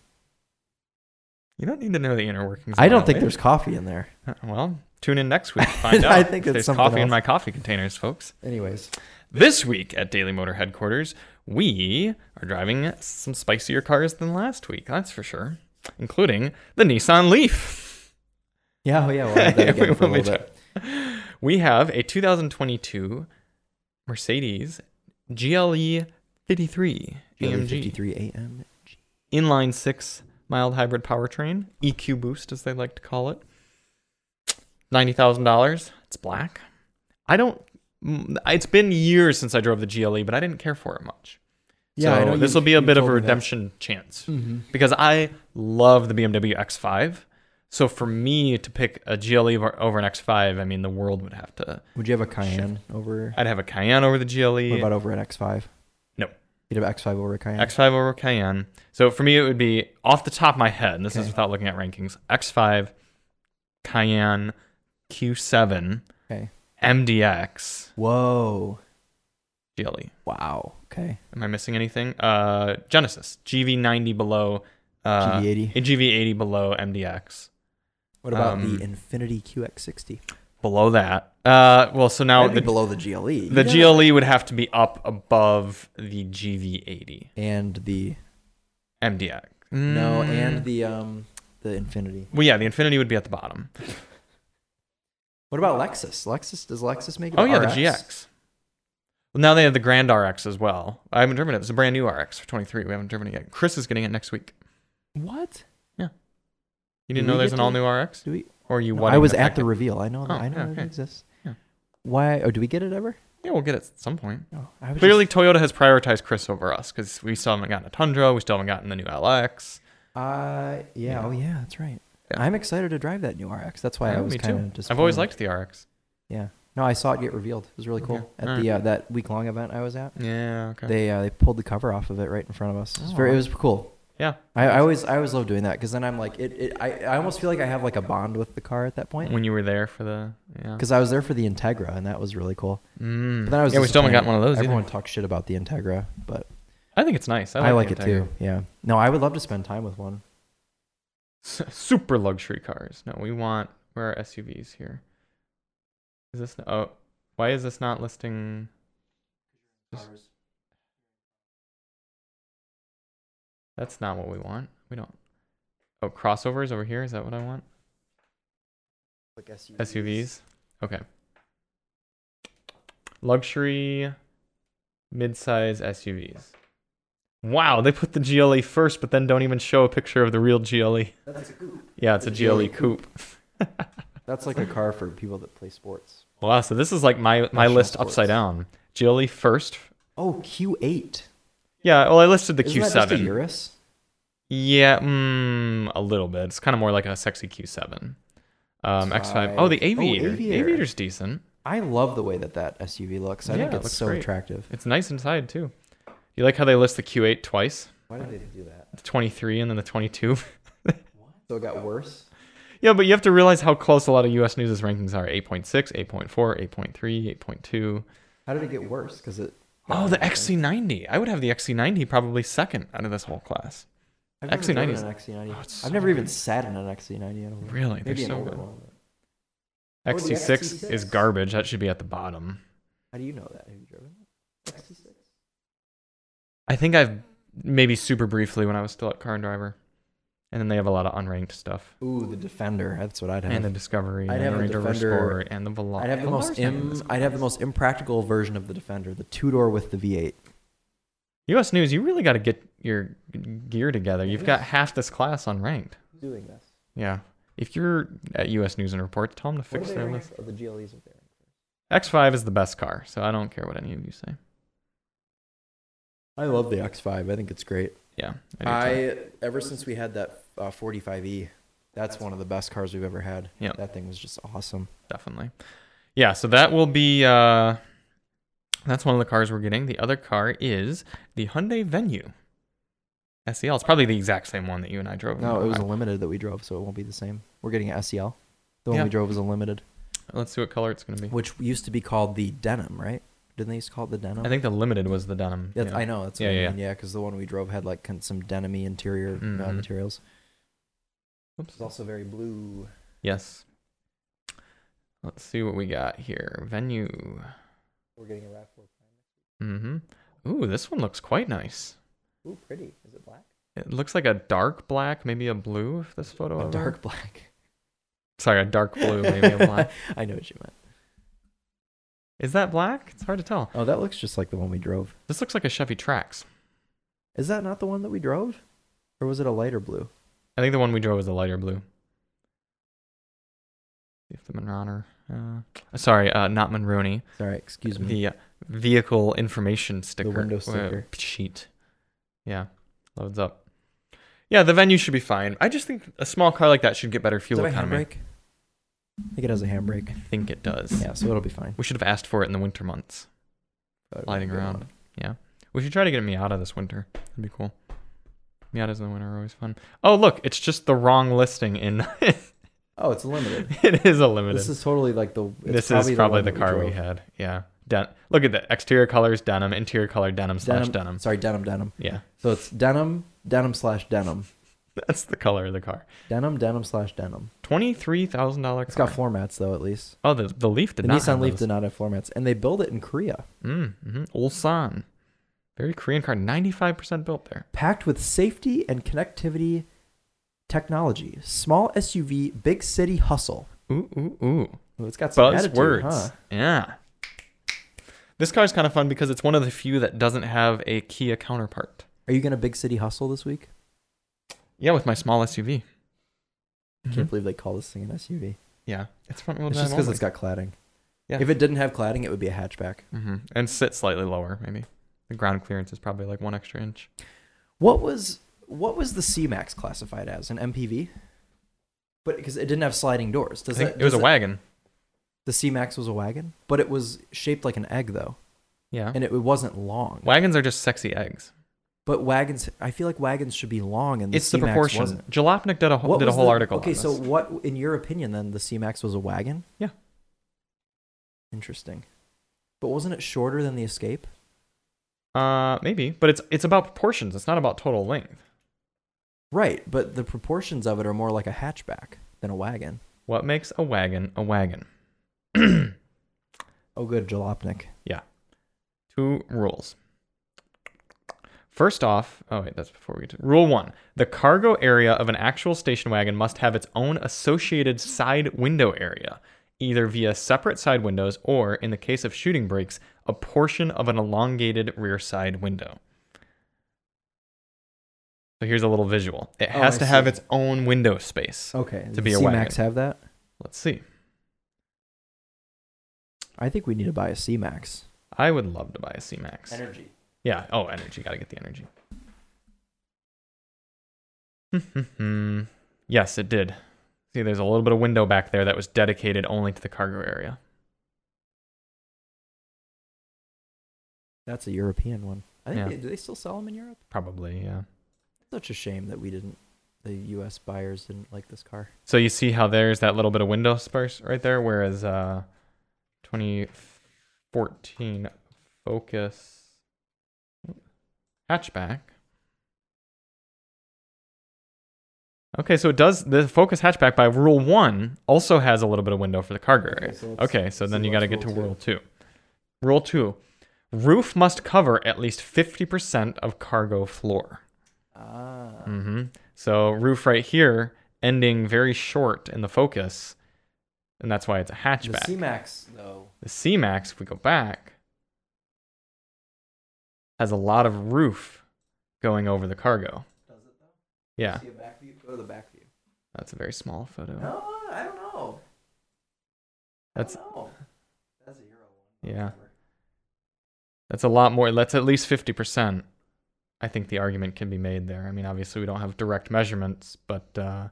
B: You don't need to know the inner workings. of
A: I don't
B: my
A: think
B: life.
A: there's coffee in there.
B: Uh, Well, tune in
A: (laughs)
B: next week to find out.
A: I think
B: if
A: it's
B: there's
A: something
B: coffee in
A: else.
B: my coffee containers, folks.
A: Anyways,
B: This week at Daily Motor headquarters, we are driving some spicier cars than last week. That's for sure, including the Nissan Leaf.
A: yeah, oh yeah,
B: (laughs)
A: we'll have that
B: We
A: again for a
B: will be
A: little bit.
B: dri- We have a 2022 Mercedes E GLE 53
A: E
B: AMG
A: 53 a.m.
B: inline six mild hybrid powertrain EQ Boost, as they like to call it. Ninety thousand dollars. It's black. I don't. mm, It's been years since I drove the GLE, but I didn't care for it much.
A: Yeah, I know
B: so
A: you-
B: this will be a
A: you
B: bit of
A: told
B: a
A: me that.
B: redemption chance
A: Mm-hmm.
B: because I love the BMW X5. So for me to pick a GLE over over an X5, I mean the world would have to.
A: Would you have a Cayenne over?
B: I'd have a Cayenne over the E. GLE.
A: What about over an X5?
B: No.
A: You'd have X5 over a Cayenne.
B: X5 over Cayenne. So for me, it would be off the top of my head, and this is
A: Okay.
B: without looking at rankings X5, Cayenne, Q7,
A: Okay.
B: MDX,
A: Whoa!
B: GLE.
A: Wow. Okay.
B: E. Am I missing anything? Uh, Genesis, GV90 below, uh,
A: GV80.
B: a GV80 below MDX.
A: What about
B: Um,
A: the Infinity QX60?
B: Below that. Uh, well, so now
A: That'd be
B: the,
A: below the GLE.
B: the E
A: Yeah.
B: GLE would have to be up above the GV80
A: and the
B: MDX.
A: no
B: Mm.
A: and the um the Infinity.
B: well, yeah, the Infinity would be at the bottom.
A: What about Lexus? Lexus does Lexus make it?
B: Oh yeah,
A: RX?
B: the GX. Well, now they have the Grand RX as well. I haven't driven it. It's a brand new RX for 23. We haven't driven it yet. Chris is getting it next week.
A: What?
B: You
A: Do
B: didn't
A: we
B: know there's
A: get
B: an
A: to-
B: all new RX,
A: Do we?
B: or you?
A: No, I
B: wanted
A: was
B: to
A: at
B: pick
A: the
B: it?
A: reveal. I know. That,
B: Oh,
A: I know
B: yeah,
A: that
B: okay.
A: it exists.
B: Yeah.
A: Why? Oh, do we get it ever?
B: Yeah, we'll get it at some point.
A: No. I was
B: Clearly,
A: just-
B: Toyota has prioritized Chris over us because we still haven't gotten a Tundra. We still haven't gotten the new LX.
A: uh, yeah,
B: Yeah.
A: Oh yeah, that's right.
B: Yeah.
A: I'm excited to drive that new RX. That's why
B: Yeah,
A: I was
B: me
A: kind
B: too.
A: of disappointed.
B: I've always liked the RX.
A: Yeah. No, I saw it get revealed. It was really cool
B: Okay.
A: at
B: All
A: the uh, that week long event I was at.
B: Yeah. Okay.
A: They uh, they pulled the cover off of it right in front of us. It was, very,
B: Oh.
A: it was cool.
B: yeah.
A: I, I always I always love doing that because then I'm like it, it I, I almost feel like I have like a bond with the car at that point
B: When you were there for the yeah.
A: because I was there for the Integra and that was really cool.
B: Mm.
A: But then I was
B: yeah, we still haven't gotten
A: disappointed.
B: one of those.
A: Everyone
B: Either.
A: talks shit about the Integra, but
B: I think it's nice. I like,
A: I like
B: the
A: it
B: Integra.
A: too. Yeah. No, I would love to spend time with one.
B: S- (laughs) super luxury cars. No, we want where are SUVs here? Is this oh why is this not listing? That's not what we want. We don't. Oh, crossovers over here. Is that what I want?
A: Like SUVs.
B: SUVs. Okay. Luxury, midsize SUVs. Wow, they put the GLE first, but then don't even show a picture of the real GLE.
A: That's a coupe.
B: (laughs) Yeah, it's a
A: The
B: GLE
A: GLE
B: coupe.
A: That's like a car for people that play sports.
B: Wow, so this is like my my
A: National
B: list
A: sports.
B: upside down. GLE first.
A: Oh, Q8.
B: Yeah, well, I listed the
A: Isn't that just a
B: Q7.
A: Urus?
B: Yeah, mm, a little bit. It's kind of more like a sexy Q7. Um, X5. Oh,
A: Five.
B: the
A: Oh,
B: Aviator.
A: Aviator.
B: Aviator's decent.
A: I love the way that that SUV looks. I
B: Yeah,
A: think
B: it
A: it's
B: looks
A: so
B: great.
A: attractive.
B: It's nice inside too. You like how they list the Q8 twice,
A: Why did they do that?
B: the 23 and then the 22.
A: So it got worse.
B: (laughs) yeah, but you have to realize how close a lot of U.S. News' rankings are: 8.6, 8.4, 8.3, 8.2.
A: How did it get worse? Because it.
B: Oh, the XC90. I would have the XC90 probably second out of this whole class.
A: I've never
B: XC90
A: driven
B: is-
A: an XC90.
B: Oh, it's
A: I've
B: so
A: never even
B: good.
A: sat in an XC90. I don't think.
B: Really, they're
A: Maybe an
B: so
A: older
B: good.
A: one. Oh, the
B: XC6 is
A: XC6?
B: garbage. That should be at the bottom.
A: How do you know that? Have you driven it? XC6?
B: I think I've maybe super briefly when I was still at Car and Driver, and then they have a lot of unranked stuff
A: Ooh, the Defender. That's what I'd have.
B: and the Discovery
A: I'd
B: and
A: have
B: the
A: a
B: Range Rover
A: Defender-
B: Sport and the Veloc.
A: I'd have the
B: Veloc
A: most
B: is not even
A: im-
B: this-
A: I'd have the most impractical version of the Defender, the two door with the V8.
B: U.S. News, you really got to get your gear together. You've got half this class unranked.
A: Who's doing this?
B: Yeah. If you're at U.S. News and Reports, tell them to fix their list.
A: Oh, the GLEs are there.
B: X5 is the best car, so I don't care what any of you say.
A: I love the X5. I think it's great.
B: Yeah. do too.
A: I ever since we had that uh, 45e, that's one of the best cars we've ever had.
B: Yeah.
A: that thing was just awesome.
B: definitely. Yeah, so that will be uh that's one of the cars we're getting. The other car is the Hyundai Venue. SEL. It's probably the exact same one that you and I drove.
A: No, it was
B: I-
A: a limited that we drove, so it won't be the same. We're getting an SEL. The one
B: Yeah.
A: we drove was a limited,
B: Let's see what color it's going to be.
A: which used to be called the Denim, right? Didn't they used to call it the Denim?
B: I think the limited was the denim.
A: That's,
B: yeah.
A: I know. That's what
B: Yeah,
A: I
B: yeah,
A: mean. Yeah, because the one we drove had like con- some denimy interior uh,
B: Mhm.
A: materials.
B: Oops.
A: It's also very blue.
B: Yes. Let's see what we got here. Venue.
A: We're getting a Rav4.
B: Mhm. Ooh, this one looks quite nice.
A: Ooh, pretty. Is it black?
B: It looks like a dark black, maybe a blue if this photo
A: A
B: ever-
A: dark black.
B: Sorry, a dark blue,
A: (laughs)
B: maybe a (laughs) black.
A: I know what you meant.
B: Is that black? It's hard to tell.
A: Oh, that looks just like the one we drove.
B: This looks like a Chevy Trax.
A: Is that not the one that we drove? Or was it a lighter blue?
B: I think the one we drove was the lighter blue. If the Monroner, uh, sorry, uh, not Monroney.
A: Sorry, excuse me.
B: The uh, vehicle information sticker,
A: window
B: uh,
A: sticker.
B: sheet. Yeah, loads up. Yeah, the venue should be fine. I just think a small car like that should get better
A: Is
B: fuel
A: that a
B: economy.
A: handbrake? I think it has a handbrake.
B: I think it does.
A: Yeah, so it'll be fine.
B: We should have asked for it in the winter months.
A: But it'll
B: (laughs) Lighting
A: be good
B: around.
A: enough.
B: We should try to get a Miata this winter. That'd be cool. Miatas in the winter are always fun. Oh, look, it's just the wrong listing in. (laughs)
A: Oh, it's limited.
B: it is a limited.
A: this is totally like the. it's
B: this is probably
A: one
B: the,
A: that
B: car we
A: drove.
B: had. Yeah. Den- Look at that. Exterior colors denim, interior color denim, slash
A: Denim,
B: denim.
A: Sorry, denim, denim.
B: Yeah. (laughs)
A: So it's denim, denim slash denim,
B: That's the color of the car.
A: denim, denim slash denim.
B: $23,000 car.
A: It's got floor mats though, at least.
B: oh, the, the Leaf did
A: The
B: not.
A: Nissan Leaf did not have floor mats, and they build it in Korea,
B: Mm-hmm. Ulsan. Very Korean car. 95% built there.
A: packed with safety and connectivity technology. Small SUV, big city hustle.
B: Ooh, ooh, ooh.
A: Ooh, it's got some attitude,
B: Buzzwords.
A: huh?
B: Yeah. This car is kind of fun because it's one of the few that doesn't have a Kia counterpart.
A: Are you gonna big city hustle this week?
B: Yeah, with my small SUV.
A: I
B: Mhm.
A: can't believe they call this thing an SUV.
B: Yeah, it's front wheel
A: it's
B: drive.
A: just because
B: only.
A: it's got cladding.
B: Yeah.
A: If it didn't have cladding, it would be a hatchback.
B: hmm And sit slightly lower, maybe. The ground clearance is probably like one extra inch.
A: What was what was the C Max classified as? An MPV? But because it didn't have sliding doors,
B: I
A: does
B: think
A: that,
B: it was a
A: does that-
B: wagon.
A: The C Max was a wagon, but it was shaped like an egg though,
B: Yeah.
A: and it, it wasn't long.
B: Wagons are just sexy eggs.
A: But wagons, I feel like wagons should be long, and the
B: It's the
A: C-Max
B: proportion.
A: wasn't.
B: Jalopnik did a whole,
A: What
B: did a
A: was
B: whole
A: the-
B: article.
A: Okay,
B: on
A: so
B: this.
A: what, in your opinion, then the C Max was a wagon?
B: Yeah.
A: Interesting. But wasn't it shorter than the Escape?
B: uh, maybe, but it's it's about proportions. It's not about total length.
A: Right, but the proportions of it are more like a hatchback than a wagon.
B: What makes a wagon a wagon?
A: Oh, good, Jalopnik.
B: Two rules. First off, oh wait, that's before we get to rule one. The cargo area of an actual station wagon must have its own associated side window area, either via separate side windows or, in the case of shooting brakes, a portion of an elongated rear side window. So here's a little visual. It
A: Oh,
B: has
A: I
B: to have
A: see. Oh.
B: its own window space.
A: Okay, does
B: be
A: the
B: a
A: C-Max have that?
B: Let's see.
A: I think we need to buy a C-Max.
B: I would love to buy a C Max.
A: Energy.
B: Yeah. Oh, energy. Got to get the energy. (laughs) yes, it did. See, there's a little bit of window back there that was dedicated only to the cargo area.
A: That's a European one. I think
B: Yeah.
A: they, do they still sell them in Europe?
B: Probably, yeah.
A: Such a shame that we didn't. The U.S. buyers didn't like this car.
B: So you see how there's that little bit of window space right there, whereas uh, 2014 Focus hatchback Okay, so it does the Focus hatchback by rule one also has a little bit of window for the cargo area.
A: Okay, so let's
B: Okay, so then
A: see
B: you got to get
A: what's
B: to
A: rule
B: rule two. Rule two, roof must cover at least fifty percent of cargo floor.
A: Ah.
B: hmm So roof right here ending very short in the Focus, and that's why it's a
A: The
B: hatchback.
A: C-Max, though.
B: The C Max, if we go back, has a lot of roof going over the cargo.
A: Does it though?
B: Yeah,
A: See a back view? Go to the back view.
B: that's a very small photo.
A: No, I don't know.
B: That's
A: know. That's a hero one.
B: Yeah. that's a lot more. That's at least fifty percent. I think the argument can be made there. I mean, obviously we don't have direct measurements, but uh,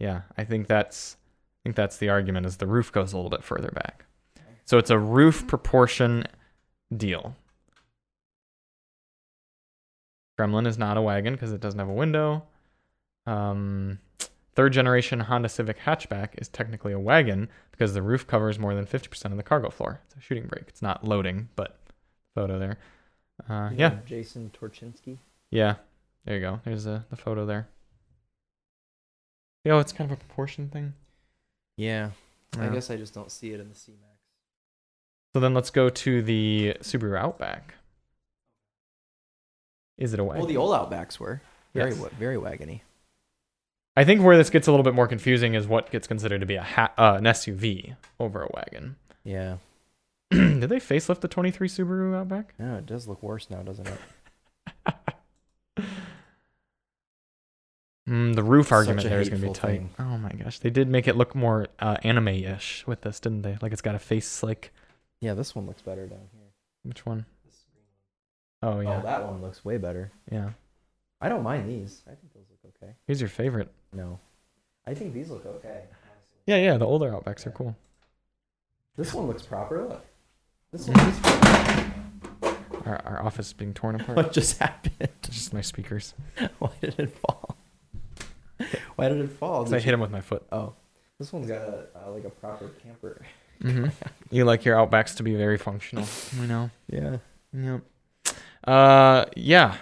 B: yeah, I think that's I think that's the argument. Is the roof goes a little bit further back, so it's a roof proportion deal. Gremlin is not a wagon because it doesn't have a window. Um, third generation Honda Civic hatchback is technically a wagon because the roof covers more than 50% of the cargo floor. It's a shooting brake. It's not loading, but photo there. Uh, yeah,
A: Jason Torchinsky.
B: yeah. There you go. There's a, the photo there. You know, it's kind of a proportion thing.
A: Yeah. I
B: Yeah.
A: guess I just don't see it in the C-Max.
B: So then let's go to the Subaru Outback. Is it a wagon?
A: Well, the old Outbacks were very,
B: Yes.
A: wa- very wagony.
B: I think where this gets a little bit more confusing is what gets considered to be a ha- uh, an SUV over a wagon. (clears throat)
A: Yeah.
B: Did they facelift the 23 Subaru Outback?
A: No, it does look worse now, doesn't it?
B: Mm, the roof
A: Such
B: argument
A: a
B: there is going to be
A: hateful
B: tight.
A: thing.
B: Oh my gosh, they did make it look more uh, anime-ish with this, didn't they? Like it's got a face like
A: Yeah, this one looks better down here.
B: which one? Oh yeah,
A: Oh, that one looks way better.
B: yeah.
A: I don't mind these. I think those look okay.
B: Who's your favorite?
A: No. I think these look okay. honestly.
B: Yeah, yeah. The older Outbacks are cool.
A: This one looks proper. Look. This one.
B: (laughs)
A: This
B: Our, our office is being torn apart. (laughs)
A: what just happened? (laughs)
B: Just my speakers.
A: Why did it fall? Why did it fall?
B: 'Cause
A: Did
B: I
A: you-
B: hit him with my foot.
A: Oh, this one's got a uh, like a proper camper.
B: Mm-hmm. (laughs) You like your Outbacks to be very functional. You know.
A: Yeah.
B: Yep. Uh, yeah.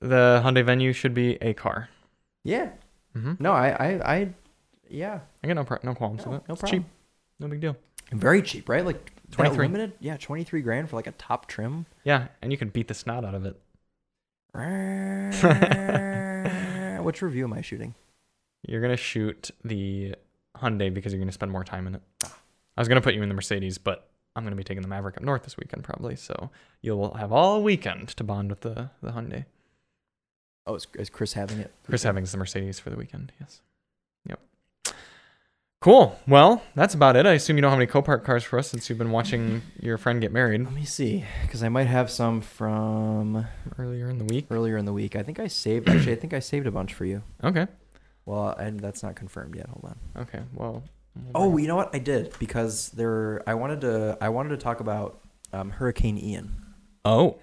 B: the Hyundai Venue should be a car.
A: Yeah.
B: Mm-hmm.
A: No, I, I, I yeah.
B: I got no pro- no qualms
A: No,
B: with it.
A: no
B: it's
A: problem.
B: cheap. No big deal.
A: Very cheap, right? Like that
B: 23.
A: limited. Yeah, twenty three grand for like a top trim.
B: Yeah, and you can beat the snot out of it.
A: Which review am I shooting?
B: You're gonna shoot the Hyundai because you're gonna spend more time in it. I was gonna put you in the Mercedes, but I'm gonna be taking the Maverick up north this weekend probably, so you'll have all weekend to bond with the the Hyundai.
A: Oh, is, is Chris having it?
B: Chris having the Mercedes for the weekend. Yes. Yep. Cool. Well, that's about it. I assume you don't have any Copart cars for us since you've been watching your friend get married
A: Let me see, because I might have some from
B: earlier in the week.
A: earlier in the week. I think I saved. Actually, I think I saved a bunch for you.
B: Okay.
A: Well, and that's not confirmed yet. Hold on.
B: Okay. Well.
A: Oh, you know what? I did because there. I wanted to. I wanted to talk about um, Hurricane Ian.
B: Oh.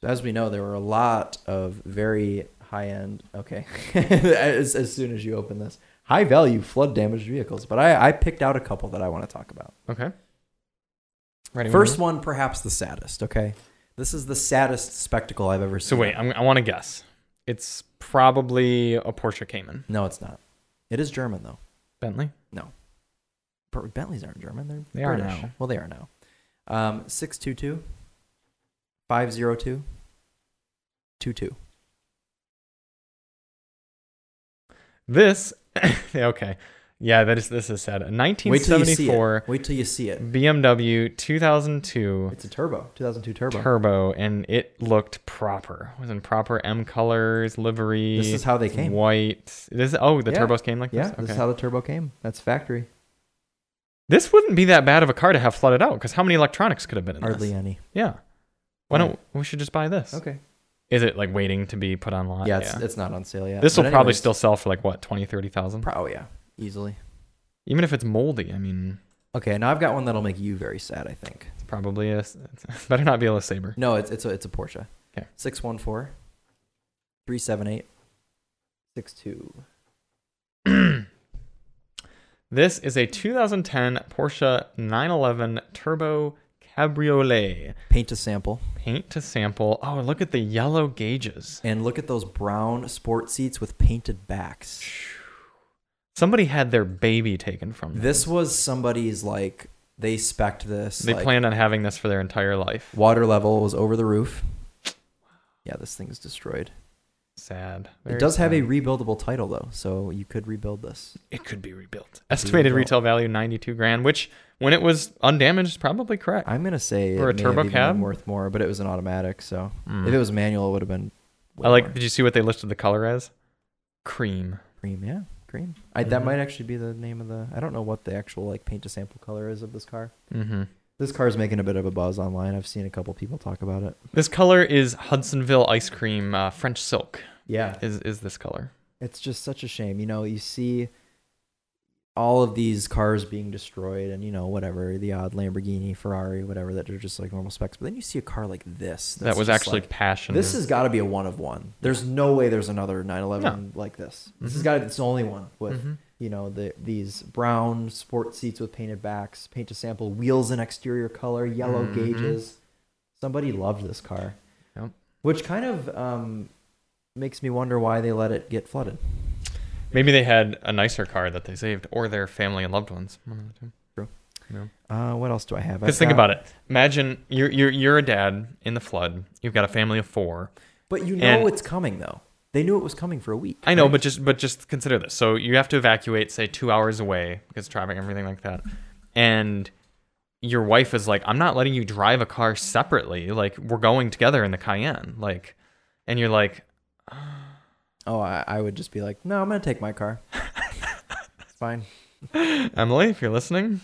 A: So as we know, there were a lot of very high end. Okay, (laughs) as, as soon as you open this, high value flood damaged vehicles. But I, I picked out a couple that I want to talk about.
B: Okay. Ready when
A: First
B: you
A: one, perhaps the saddest. Okay, this is the saddest spectacle I've ever
B: are.
A: seen.
B: So wait, I'm, I want to guess. It's probably a Porsche Cayman.
A: no, it's not. It is German though.
B: Bentley.
A: But Bentleys aren't German. They're
B: They are
A: British.
B: now.
A: Well, they are now. Um, 622 502 22.
B: This. (coughs) okay. Yeah. That is. This is sad. A
A: Wait till you see it.
B: 1974
A: Wait till you see
B: Mm.
A: it.
B: BMW 2002.
A: It's a turbo, 2002 turbo.
B: turbo and it looked proper. It was in proper M colors, livery.
A: This is how they came.
B: White. This oh the
A: Yeah.
B: turbos came like
A: Yeah,
B: this.
A: this
B: Okay.
A: is how the turbo came. That's factory.
B: this wouldn't be that bad of a car to have flooded out because how many electronics could have been in
A: Hardly
B: this?
A: any.
B: Yeah. Why
A: Yeah.
B: don't we should just buy this?
A: Okay.
B: Is it like waiting to be put on lot?
A: Yeah, it's, it's not on sale yet.
B: this will
A: But
B: probably
A: anyways,
B: still sell for like what 20, 30,000?
A: Pro- oh yeah, easily.
B: Even if it's moldy, I mean,
A: Okay, now I've got one that'll make you very sad. I think.
B: it's probably a s- it's (laughs) better not be a (clears throat) saber.
A: No, it's it's a it's a Porsche.
B: Okay.
A: 614 378 62.
B: This is a 2010 Porsche 911 Turbo cabriolet.
A: Paint a sample
B: Paint to sample. Oh, look at the yellow gauges.
A: and look at those brown sport seats with painted backs.
B: Somebody had their baby taken from them.
A: This was somebody's like they spec'd this.
B: They
A: like,
B: planned on having this for their entire life.
A: water level was over the roof. Yeah, this thing is destroyed.
B: Sad. Very
A: it does have a
B: sad.
A: rebuildable title though, so you could rebuild this.
B: It could be rebuilt. Estimated
A: rebuilt.
B: retail value ninety two grand, which when it was undamaged is probably correct.
A: I'm gonna say
B: Or a
A: it may
B: turbo
A: have even
B: cab?
A: been worth more, but it was an automatic, so
B: Mm.
A: if it was manual, it would have been. way
B: I like.
A: more.
B: Did you see what they listed the color as? Cream.
A: cream, yeah, cream. I, that
B: Mhm.
A: might actually be the name of the. I don't know what the actual like paint to sample color is of this car.
B: Mm-hmm.
A: This car's making a bit of a buzz online. I've seen a couple people talk about it.
B: This color is Hudsonville ice cream uh, French silk.
A: Yeah,
B: Is is this color?
A: it's just such a shame. You know, you see all of these cars being destroyed and you know whatever the odd lamborghini ferrari whatever that are just like normal specs but then you see a car like this
B: that
A: that's
B: was
A: just
B: actually
A: like,
B: passion.
A: this has got to be a one of one there's no way there's another 911 like this this has
B: Mhm.
A: got to it's the only one with
B: Mhm.
A: you know the these brown sport seats with painted backs paint to sample wheels in exterior color yellow
B: Mhm.
A: gauges somebody loved this car
B: Yep.
A: which kind of um, makes me wonder why they let it get flooded
B: Maybe they had a nicer car that they saved, or their family and loved ones. One of the two.
A: uh, what else do i have
B: Because think about it. Imagine you're you're you're a dad in the flood. You've got a family of four.
A: but you know
B: And-
A: it's coming though they knew it was coming for a week
B: I know,
A: right?
B: but just but just consider this. So you have to evacuate, say, two hours away because traffic, and everything like that, and your wife is like, "I'm not letting you drive a car separately. Like we're going together in the Cayenne." Like, and you're like, (laughs)
A: oh I, I would just be like no i'm gonna take my
B: (laughs)
A: car it's fine
B: "Emily, if you're listening,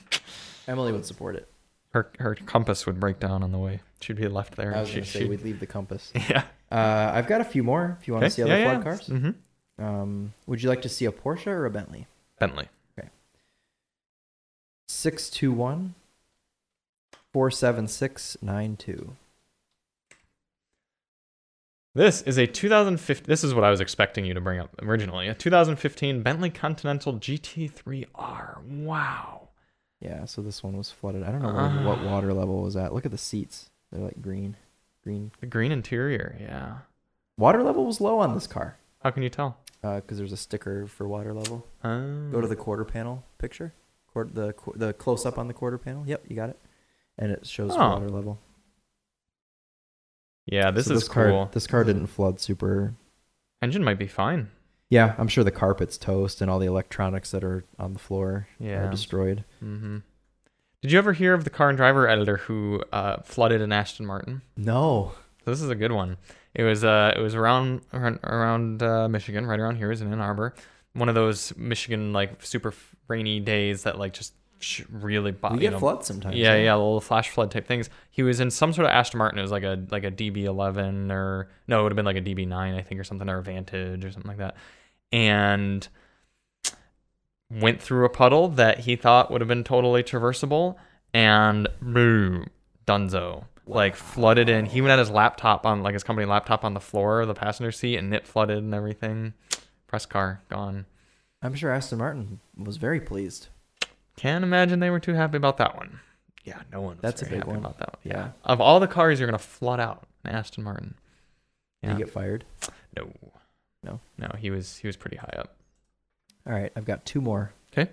A: emily would support it
B: her her compass would break down on the way. She'd be left there.
A: i was
B: She-
A: gonna say
B: she-
A: we'd leave the compass
B: (laughs) yeah.
A: uh, i've got a few more if you want to see other flood cars
B: hmm
A: um, would you like to see a porsche or a bentley
B: Bentley.
A: 621 47692.
B: This is a 2015. This is what I was expecting you to bring up originally. A 2015 Bentley Continental GT3R. Wow.
A: Yeah, so this one was flooded. I don't know where- what
B: Ah.
A: water level was at. Look at the seats. They're like green. Green.
B: The green interior. Yeah.
A: Water level was low on this car
B: How can you tell?
A: because there's a sticker for water level.
B: Um,
A: Go to the quarter panel picture. Quarter, the qu- the close up on the quarter panel. Yep, you got it. And it shows
B: Oh.
A: water level.
B: yeah, this
A: So
B: is
A: this
B: cool.
A: car this car didn't flood super
B: Engine might be fine.
A: Yeah, I'm sure the carpet's toast and all the electronics that are on the floor
B: Yeah.
A: are destroyed.
B: hmm Did you ever hear of the car and driver editor who uh, flooded an Ashton Martin?
A: No.
B: So this is a good one. It was uh, it was around around, around uh, Michigan, right around here, is in Ann Arbor. One of those Michigan like super f- rainy days that like just sh- really bo-
A: We
B: Uh, you
A: get
B: know,
A: floods sometimes.
B: Yeah, yeah, little flash flood type things. He was in some sort of Aston Martin. It was like a like a DB11 or no, it would have been like a DB9, I think, or something, or a Vantage or something like that. And went through a puddle that he thought would have been totally traversable, and boom, Dunzo. Like flooded in. He went at his laptop on like his company laptop on the floor of the passenger seat, and it flooded and everything. Press car gone.
A: I'm sure Aston Martin was very pleased.
B: Can't imagine they were too happy about that one. Yeah, no one. Was
A: That's a
B: very
A: big
B: happy
A: one.
B: About that one.
A: Yeah.
B: Yeah. Of all the cars, you're gonna flood out an Aston Martin.
A: Did
B: Yeah.
A: he get fired?
B: No.
A: No?
B: No. He was he was pretty high up.
A: All right, I've got two more.
B: 'Kay.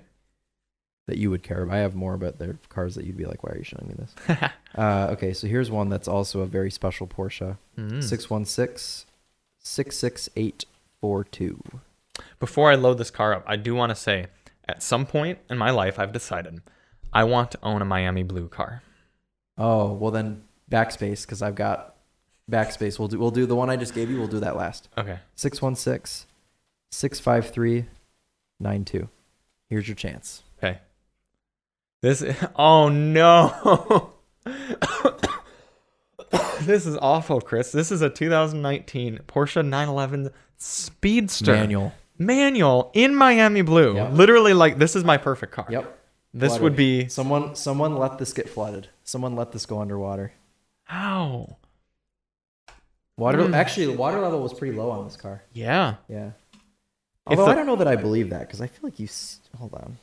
A: That you would care about. I have more, but they're cars that you'd be like, why are you showing me this? Uh, okay, so here's one that's also a very special Porsche
B: (laughs) Mm.
A: 616 66842.
B: Before I load this car up, I do want to say, at some point in my life, I've decided I want to own a Miami Blue car.
A: Oh, well, then backspace, because I've got backspace. We'll do, we'll do the one I just gave you, we'll do that last.
B: Okay.
A: 616 653 92. Here's your chance.
B: Okay. This. Oh no. (coughs) this is awful, Chris. This is a 2019 Porsche 911 Speedster.
A: Manual.
B: manual in Miami blue.
A: Yep.
B: Literally, like this is my perfect car.
A: Yep.
B: This
A: Flooded.
B: would be
A: Someone someone let this get flooded. Someone let this go underwater.
B: how.
A: Water
B: Mm.
A: actually the water level was pretty low on this car.
B: Yeah.
A: Yeah.
B: If
A: Although I
B: the-
A: don't know that I believe that because I feel like you. s- Hold on.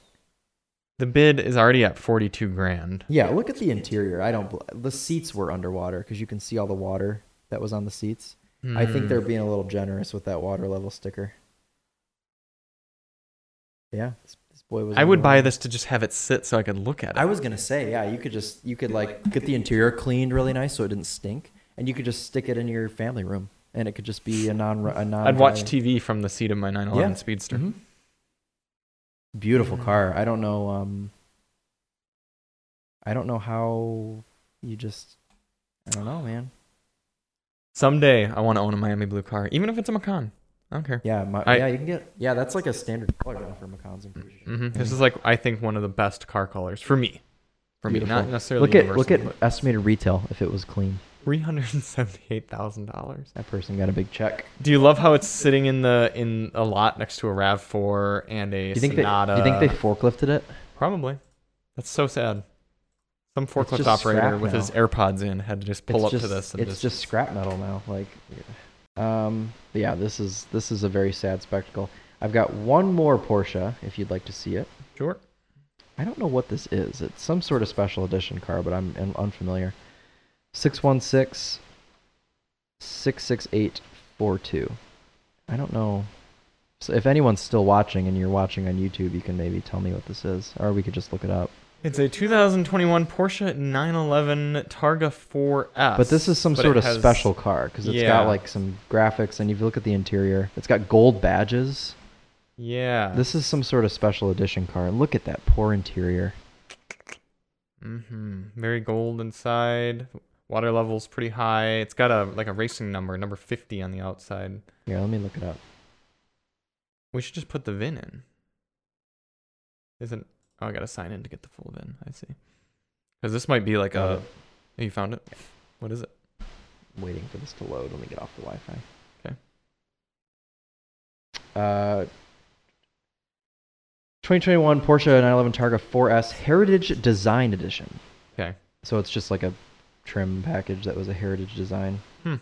B: The bid is already at 42 grand.
A: Yeah, look at the interior. I don't. bl- The seats were underwater because you can see all the water that was on the seats. I
B: Hmm.
A: think they're being a little generous with that water level sticker. Yeah, this, this boy was.
B: I would buy
A: underwater.
B: this to just have it sit so I could look at it.
A: I was gonna say, yeah, you could just you could like get the interior cleaned really nice so it didn't stink, and you could just stick it in your family room, and it could just be a non a non.
B: I'd watch TV from the seat of my 911
A: Yeah.
B: Speedster.
A: Mhm. Beautiful car. I don't know. Um, I don't know how you just. I don't know, man.
B: Someday I want to own a Miami blue car, even if it's a Macan. I don't care.
A: Yeah, my,
B: I-
A: yeah, you can get. Yeah, that's like a standard color now for Macans. I'm pretty sure.
B: hmm This is like I think one of the best car colors for me. For me, not
A: Beautiful.
B: necessarily.
A: Look at look
B: universal,
A: at estimated retail if it was clean.
B: but $378,000.
A: That person got a big check.
B: Do you love how it's sitting in the in a lot next to a Rav Four and a
A: Do you think they,
B: Sonata?
A: do you think they forklifted it?
B: probably? That's so sad. Some forklift
A: just
B: operator
A: scrap
B: with his
A: now.
B: AirPods in had to just pull
A: it's
B: up
A: just,
B: to this. And
A: it's just, scrap metal now. Like, um, but yeah, this is this is a very sad spectacle. I've got one more Porsche if you'd like to see it.
B: sure.
A: I don't know what this is. It's some sort of special edition car, but I'm un- unfamiliar. 616 66842. I don't know. So if anyone's still watching and you're watching on YouTube, you can maybe tell me what this is, or we could just look it up.
B: It's a 2021 Porsche 911 Targa 4S.
A: But this is some
B: but
A: sort
B: it
A: of
B: has-
A: special car because it's
B: Yeah.
A: got like some graphics, and if you look at the interior, it's got gold badges.
B: Yeah.
A: This is some sort of special edition car. And look at that poor interior.
B: Mm-hmm. Very gold inside. Water level's pretty high. It's got a like a racing number, number 50 on the outside.
A: Here, let me look it up.
B: We should just put the VIN in. Isn't? Oh, I gotta sign in to get the full VIN. I see. Because this might be like
A: Got
B: a. Oh, you found it? What is it?
A: waiting for this to load when we get off the Wi-Fi.
B: 'Kay.
A: Uh, 2021 Porsche 911 Targa 4S Heritage Design Edition.
B: 'Kay.
A: So it's just like a trim package that was a heritage design.
B: Hmm.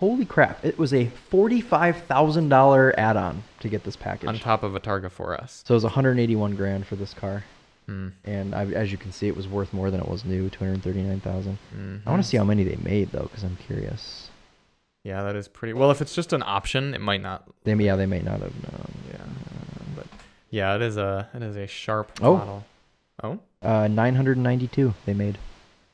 A: Holy crap! It was a forty-five thousand dollar add-on to get this package.
B: On top of a Targa 4S.
A: so it was 181 grand for this car,
B: Mm.
A: and I, as you can see, it was worth more than it was new, 239 thousand.
B: mhm.
A: I want to see how many they made though, because I'm curious.
B: Yeah, that is pretty. Well, if it's just an option, it might not.
A: They yeah, they may not have known.
B: Yeah. But yeah, it is a it is a sharp
A: Oh.
B: model. Oh.
A: Uh, 992 they made.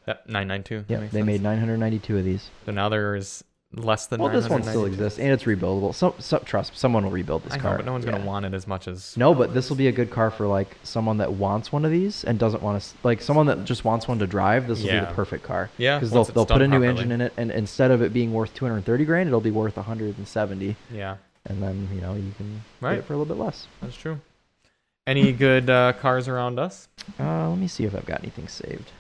B: That 992.
A: Yeah,
B: that
A: they
B: makes
A: made
B: sense.
A: 992 of these.
B: So now there is less than.
A: Well, this one still
B: 992.
A: exists and it's rebuildable. Some, some trust someone will rebuild this
B: I know,
A: car.
B: but no one's
A: Yeah.
B: gonna want it as much as.
A: No, but this will be a good car for like someone that wants one of these and doesn't want to like someone that just wants one to drive. This will be
B: Yeah.
A: the perfect car.
B: Yeah.
A: Because they'll,
B: once it's
A: they'll put
B: done
A: a new
B: properly.
A: engine in it, and instead of it being worth 230 grand, it'll be worth 170,
B: Yeah.
A: and then you know you can
B: Right.
A: get it for a little bit less.
B: That's true. Any good uh, cars around us?
A: Uh, let me see if I've got anything saved.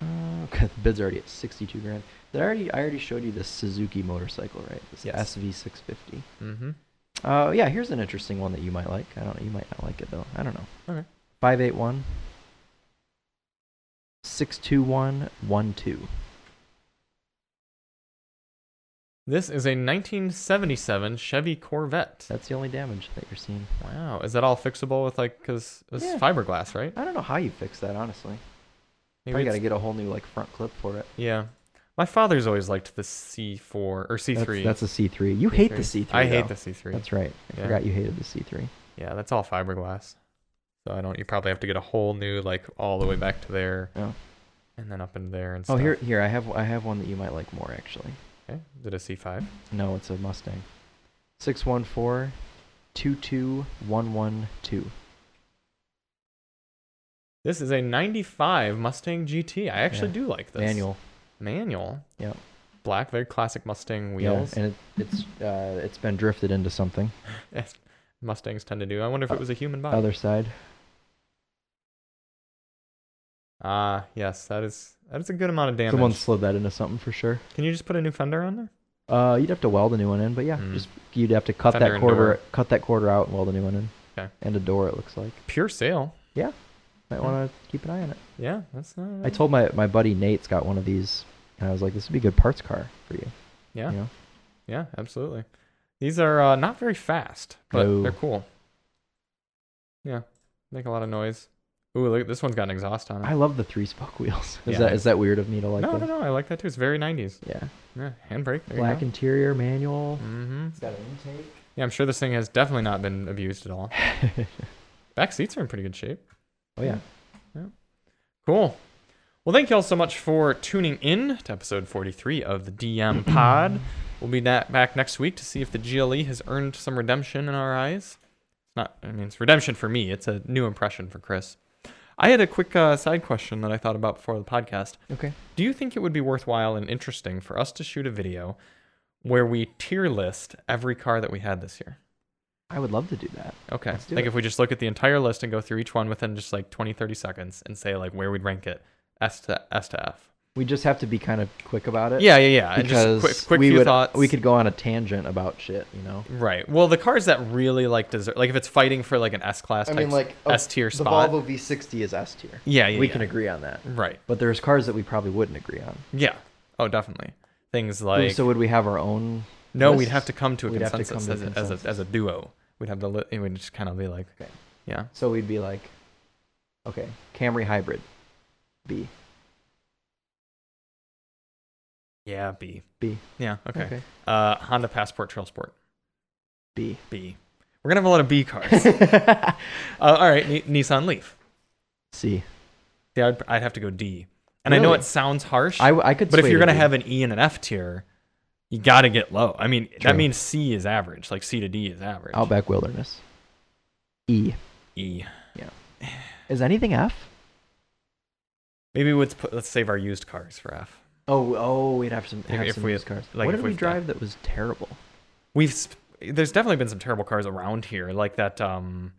A: Uh, okay, the bid's already at sixty-two grand. Did I already? I already showed you this Suzuki motorcycle, right? This
B: Yes.
A: SV650.
B: Mm-hmm.
A: Uh, yeah. Here's an interesting one that you might like. I don't know. You might not like it though. I don't know.
B: Okay.
A: Five eight one. Six two one one two.
B: This is a 1977 Chevy Corvette.
A: That's the only damage that you're seeing.
B: Wow, is that all fixable with like, cause this
A: Yeah.
B: is fiberglass, right?
A: I don't know how you fix that, honestly.
B: Maybe
A: Probably got to
B: it's-
A: get a whole new like front clip for it.
B: yeah. My father's always liked the C4 or C3.
A: That's, that's a C three. You hate the C
B: C3.
A: three.
B: I hate the C3.
A: That's right. I
B: Yeah.
A: forgot you hated the C three.
B: yeah, that's all fiberglass. So I don't. You probably have to get a whole new like all the way back to there,
A: Oh.
B: and then up into there and
A: Oh,
B: stuff.
A: here, here. I have, I have one that you might like more, actually.
B: Okay. Is it a C5?
A: No, it's a Mustang. Six one four, two two one one two.
B: This is a 95 Mustang GT. I actually
A: Yeah.
B: do like this.
A: Manual.
B: Manual.
A: Yeah.
B: Black, very classic Mustang
A: Yeah,
B: wheels.
A: and it, it's, uh, it's been drifted into something.
B: As Mustangs tend to do. I wonder if it was a human body.
A: Uh, Other side.
B: Ah, yes, that is that is a good amount of damage.
A: Someone slid that into something for sure.
B: Can you just put a new fender on there?
A: Uh, you'd have to weld a new one in, but yeah,
B: Mm.
A: just you'd have to cut
B: Fender
A: that
B: and
A: quarter,
B: door.
A: cut that quarter out, and weld a new one in.
B: Okay.
A: And a door, it looks like.
B: Pure sale.
A: Might
B: Hmm.
A: want to keep an eye on it.
B: Yeah, that's not.
A: I told my my buddy Nate's got one of these, and I was like, this would be a good parts car for you.
B: Yeah.
A: you know?
B: Yeah, absolutely. These are uh, not very fast, but
A: No.
B: they're cool. Yeah. Make a lot of noise. Ooh, look, this one's got an exhaust on it.
A: I love the three spoke (laughs) wheels. Is
B: Yeah.
A: that is that weird of me to like?
B: no,
A: that?
B: no, no. I like that too. It's very 90s.
A: Yeah,
B: Yeah. Handbrake. There
A: black
B: you
A: interior, manual.
B: go. Mm-hmm.
A: It's got an intake.
B: Yeah, I'm sure this thing has definitely not been abused at all. Back seats are in pretty good shape.
A: (laughs) Oh
B: (laughs)
A: yeah.
B: Cool. Well, thank you all so much for tuning in to episode 43 of
A: (clears throat)
B: the DM Um, Pod. We'll be na- back next week to see if the GLE has earned some redemption in our eyes. It's not, I mean, it's redemption for me. It's a new impression for Chris. I had a quick uh, side question that I thought about before the podcast.
A: Okay.
B: Do you think it would be worthwhile and interesting for us to shoot a video where we tier list every car that we had this year?
A: I would love to do that.
B: Okay.
A: Let's do
B: like
A: it.
B: if we just look at the entire list and go through each one within just like 20, 30 seconds and say like where we'd rank it S to S to F.
A: We just have to be kind of quick about it.
B: Yeah, yeah, yeah. And
A: Uh, Because
B: just quick, quick
A: we
B: few
A: would
B: thoughts.
A: we could go on a tangent about shit. You know.
B: Right. Well, the cars that really like deserve, like if it's fighting for like an S class,
A: I mean, like a-
B: S tier
A: The
B: spot.
A: Volvo V60 is S tier.
B: yeah, yeah.
A: we
B: yeah.
A: can agree on that.
B: Right.
A: But there's cars that we probably wouldn't agree on.
B: Yeah. Oh, definitely. Things
A: Ooh,
B: like
A: so would we have our own?
B: no, we'd
A: lists?
B: have to come to a
A: We'd have to
B: consensus,
A: come to a
B: as, a, as a as a duo. We'd have to li- it would just kind of be like,
A: Okay.
B: yeah,
A: So we'd be like, okay, Camry hybrid, B.
B: yeah, B.
A: B.
B: Yeah. Okay. Uh, Honda Passport Trail Sport
A: B.
B: B. We're gonna have a lot of
A: (laughs)
B: B cars. Uh, all right, Ni- Nissan Leaf.
A: C.
B: Yeah, I'd, I'd have to go D. And I know
A: Really?
B: it sounds harsh,
A: I, I could.
B: but if
A: sway
B: you're
A: to
B: gonna
A: D.
B: have an E and an F tier, you gotta get low. I mean,
A: True.
B: that means C is average. Like C to D is average.
A: Outback Wilderness, E.
B: E.
A: Is anything F?
B: Maybe let's put, let's save our used cars for F.
A: Oh, oh, we'd have some
B: If-
A: have
B: if
A: some
B: we-
A: used cars.
B: like,
A: what
B: if
A: did we
B: we've done-
A: drive that was terrible?
B: We've sp- there's definitely been some terrible cars around here, like that. Um,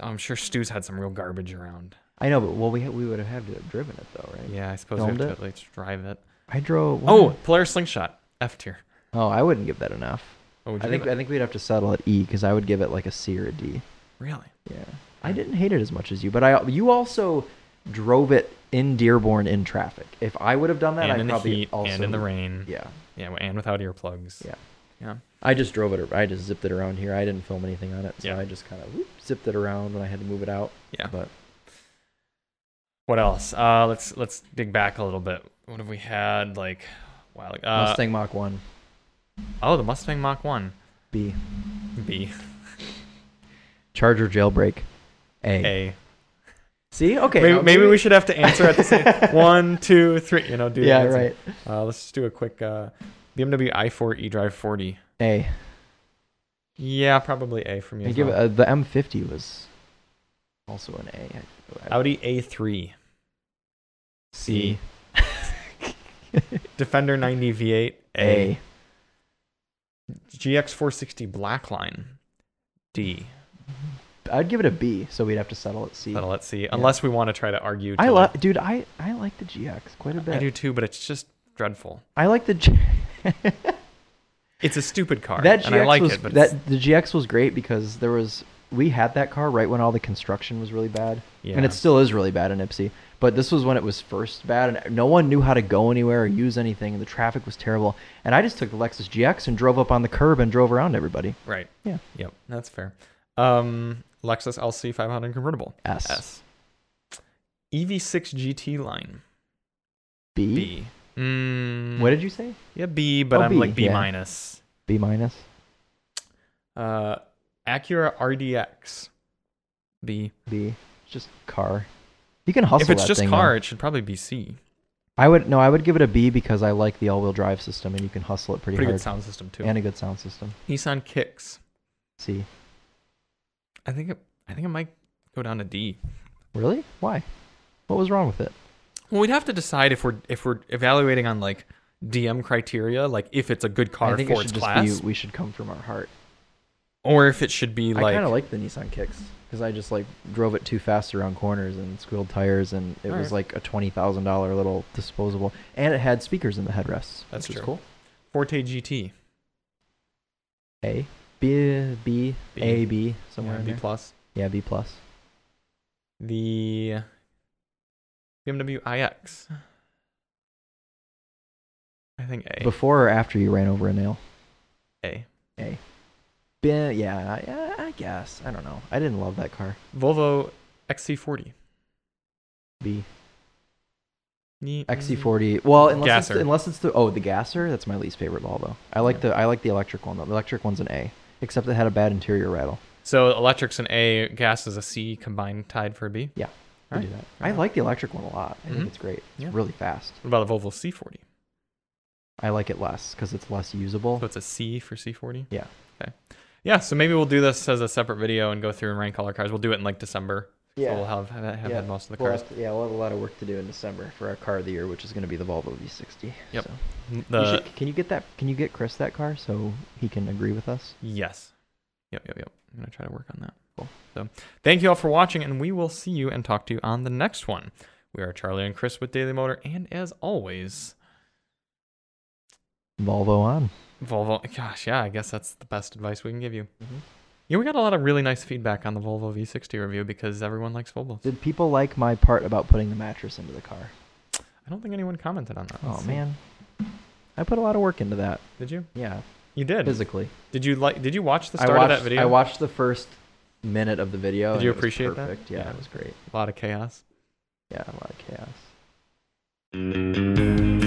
B: I'm sure Stu's had some real garbage around.
A: I know, but well, we ha- we would have had to have driven it though, right?
B: Yeah, I suppose we have
A: Filmed
B: to
A: it?
B: at least drive it.
A: I drove.
B: Oh, Polaris Slingshot F tier.
A: Oh, I wouldn't give that enough.
B: What would
A: I
B: you
A: think
B: give it?
A: I think we'd have to settle at E because I would give it like a C or a D.
B: really.
A: Yeah, I didn't hate it as much as you, but I you also drove it in Dearborn in traffic. If I would have done that,
B: And
A: I
B: in the
A: probably
B: heat,
A: also
B: and in the rain.
A: Yeah,
B: Yeah, and without earplugs.
A: Yeah.
B: Yeah.
A: I just drove it. I just zipped it around here. I didn't film anything on it, so
B: Yeah.
A: I just kind of zipped it around when I had to move it out.
B: Yeah.
A: but
B: What else? Uh, let's let's dig back a little bit. What have we had? Like, wow. Like, uh,
A: Mustang Mach One
B: Oh, the Mustang Mach One.
A: B
B: B.
A: Charger jailbreak A.
B: A.
A: See, okay,
B: maybe,
A: now
B: maybe (laughs) we should have to answer at the (laughs) same one, two, three. You know, do the
A: Yeah,
B: answer.
A: right.
B: Uh, let's just do a quick uh, BMW i4 eDrive 40.
A: A.
B: Yeah, probably A for me.
A: I
B: as
A: give it,
B: well.
A: uh, the M50 was also an A. I- I-
B: Audi A3,
A: C
B: Defender 90 V8,
A: A.
B: GX460 Blackline, D.
A: I'd give it a B, so we'd have to settle at C. I
B: That'll let's see. Unless we want to try to argue. To
A: love, dude. I I like the GX quite a
B: I
A: bit.
B: do too, but it's just dreadful.
A: I, like the G-
B: It's a stupid car,
A: (laughs) that GX
B: and I like
A: was
B: it, but it's-
A: that the GX was great because there was we had that car right when all the construction was really bad,
B: yeah.
A: and it still is really bad in Ipsy. But this was when it was first bad, and no one knew how to go anywhere or use anything, and the traffic was terrible. And I just took the Lexus GX and drove up on the curb and drove around everybody.
B: right.
A: Yeah.
B: Yep, that's fair. Um, Lexus LC 500 convertible. E
A: S.
B: S. EV6 GT line.
A: B.
B: B. Mm,
A: What did you say?
B: yeah, B, but
A: Oh,
B: I'm
A: B,
B: like B
A: yeah.
B: minus.
A: B minus.
B: Uh, Acura RDX. B.
A: B. It's just car. You can hustle
B: if it's
A: that
B: just
A: thing,
B: car,
A: though.
B: it should probably be C.
A: I would no, I would give it a B because I like the all-wheel drive system and you can hustle it pretty,
B: Pretty good
A: hard
B: sound system too.
A: and a good sound system.
B: Nissan Kicks.
A: C.
B: I think it, I think it might go down to D.
A: Really? Why? What was wrong with it?
B: Well, we'd have to decide if we're if we're evaluating on like DM criteria, like if it's a good car
A: I think
B: for
A: it
B: its
A: should
B: class,
A: just be we should come from our heart.
B: or if it should be
A: I
B: like,
A: kind of like the Nissan Kicks because I just like drove it too fast around corners and squealed tires and it was
B: Alright.
A: like a twenty thousand dollar little disposable and it had speakers in the headrests. which
B: That's
A: was
B: true.
A: cool.
B: Forte GT,
A: A B B
B: B.
A: A B somewhere
B: somewhere
A: in
B: B
A: there.
B: plus.
A: Yeah, B plus.
B: The BMW iX. I think A.
A: Before or after you ran over a nail?
B: A.
A: A. been yeah, I- yeah, I guess. I don't know. I didn't love that car.
B: Mm. Volvo XC40.
A: B
B: Ye-
A: XC40. Well, unless
B: Gasser.
A: it's unless it's the oh the gasser. That's my least favorite Volvo. I like the I like the electric one though. The electric one's an A, except it had a bad interior rattle.
B: So electric's an A, gas is a C, combined tied for a B.
A: Yeah, I
B: Alright,
A: do that.
B: fair
A: I
B: enough.
A: like the electric one a lot. I
B: Mhm.
A: think it's great. It's
B: Yeah.
A: really fast.
B: What about the Volvo C40?
A: I like it less because it's less
B: So
A: usable.
B: it's a C for C40.
A: Yeah.
B: Okay. Yeah. So maybe we'll do this as a separate video and go through and rank all our cars. We'll do it in like December. So we'll have have, have
A: Yeah.
B: had most of the
A: We'll
B: cars.
A: have to- yeah, we'll have a lot of work to do in December for our car of the year, which is going to be the Volvo V60.
B: Yep.
A: So. You
B: The
A: should- can you get that? Can you get Chris that car so he can agree with us?
B: yes. Yep. Yep. Yep. I'm gonna try to work on that.
A: Cool.
B: So thank you all for watching, and we will see you and talk to you on the next one. We are Charlie and Chris with Daily Motor, and as always,
A: Volvo on.
B: Volvo. Gosh, yeah. I guess that's the best advice we can give you.
A: Mhm.
B: Yeah, we got a lot of really nice feedback on the Volvo V60 review because everyone likes Volvo.
A: Did people like my part about putting the mattress into the car?
B: I don't think anyone commented on that.
A: Oh
B: Let's see.
A: man, I put a lot of work into that.
B: did you?
A: Yeah,
B: You did.
A: physically.
B: Did you like? Did you watch the
A: I
B: start
A: watched.
B: of that video?
A: I watched the first minute of the video.
B: Did
A: and
B: you
A: it was
B: appreciate that?
A: perfect. Yeah,
B: Yeah.
A: it was great.
B: a lot of chaos.
A: Yeah, a lot of chaos.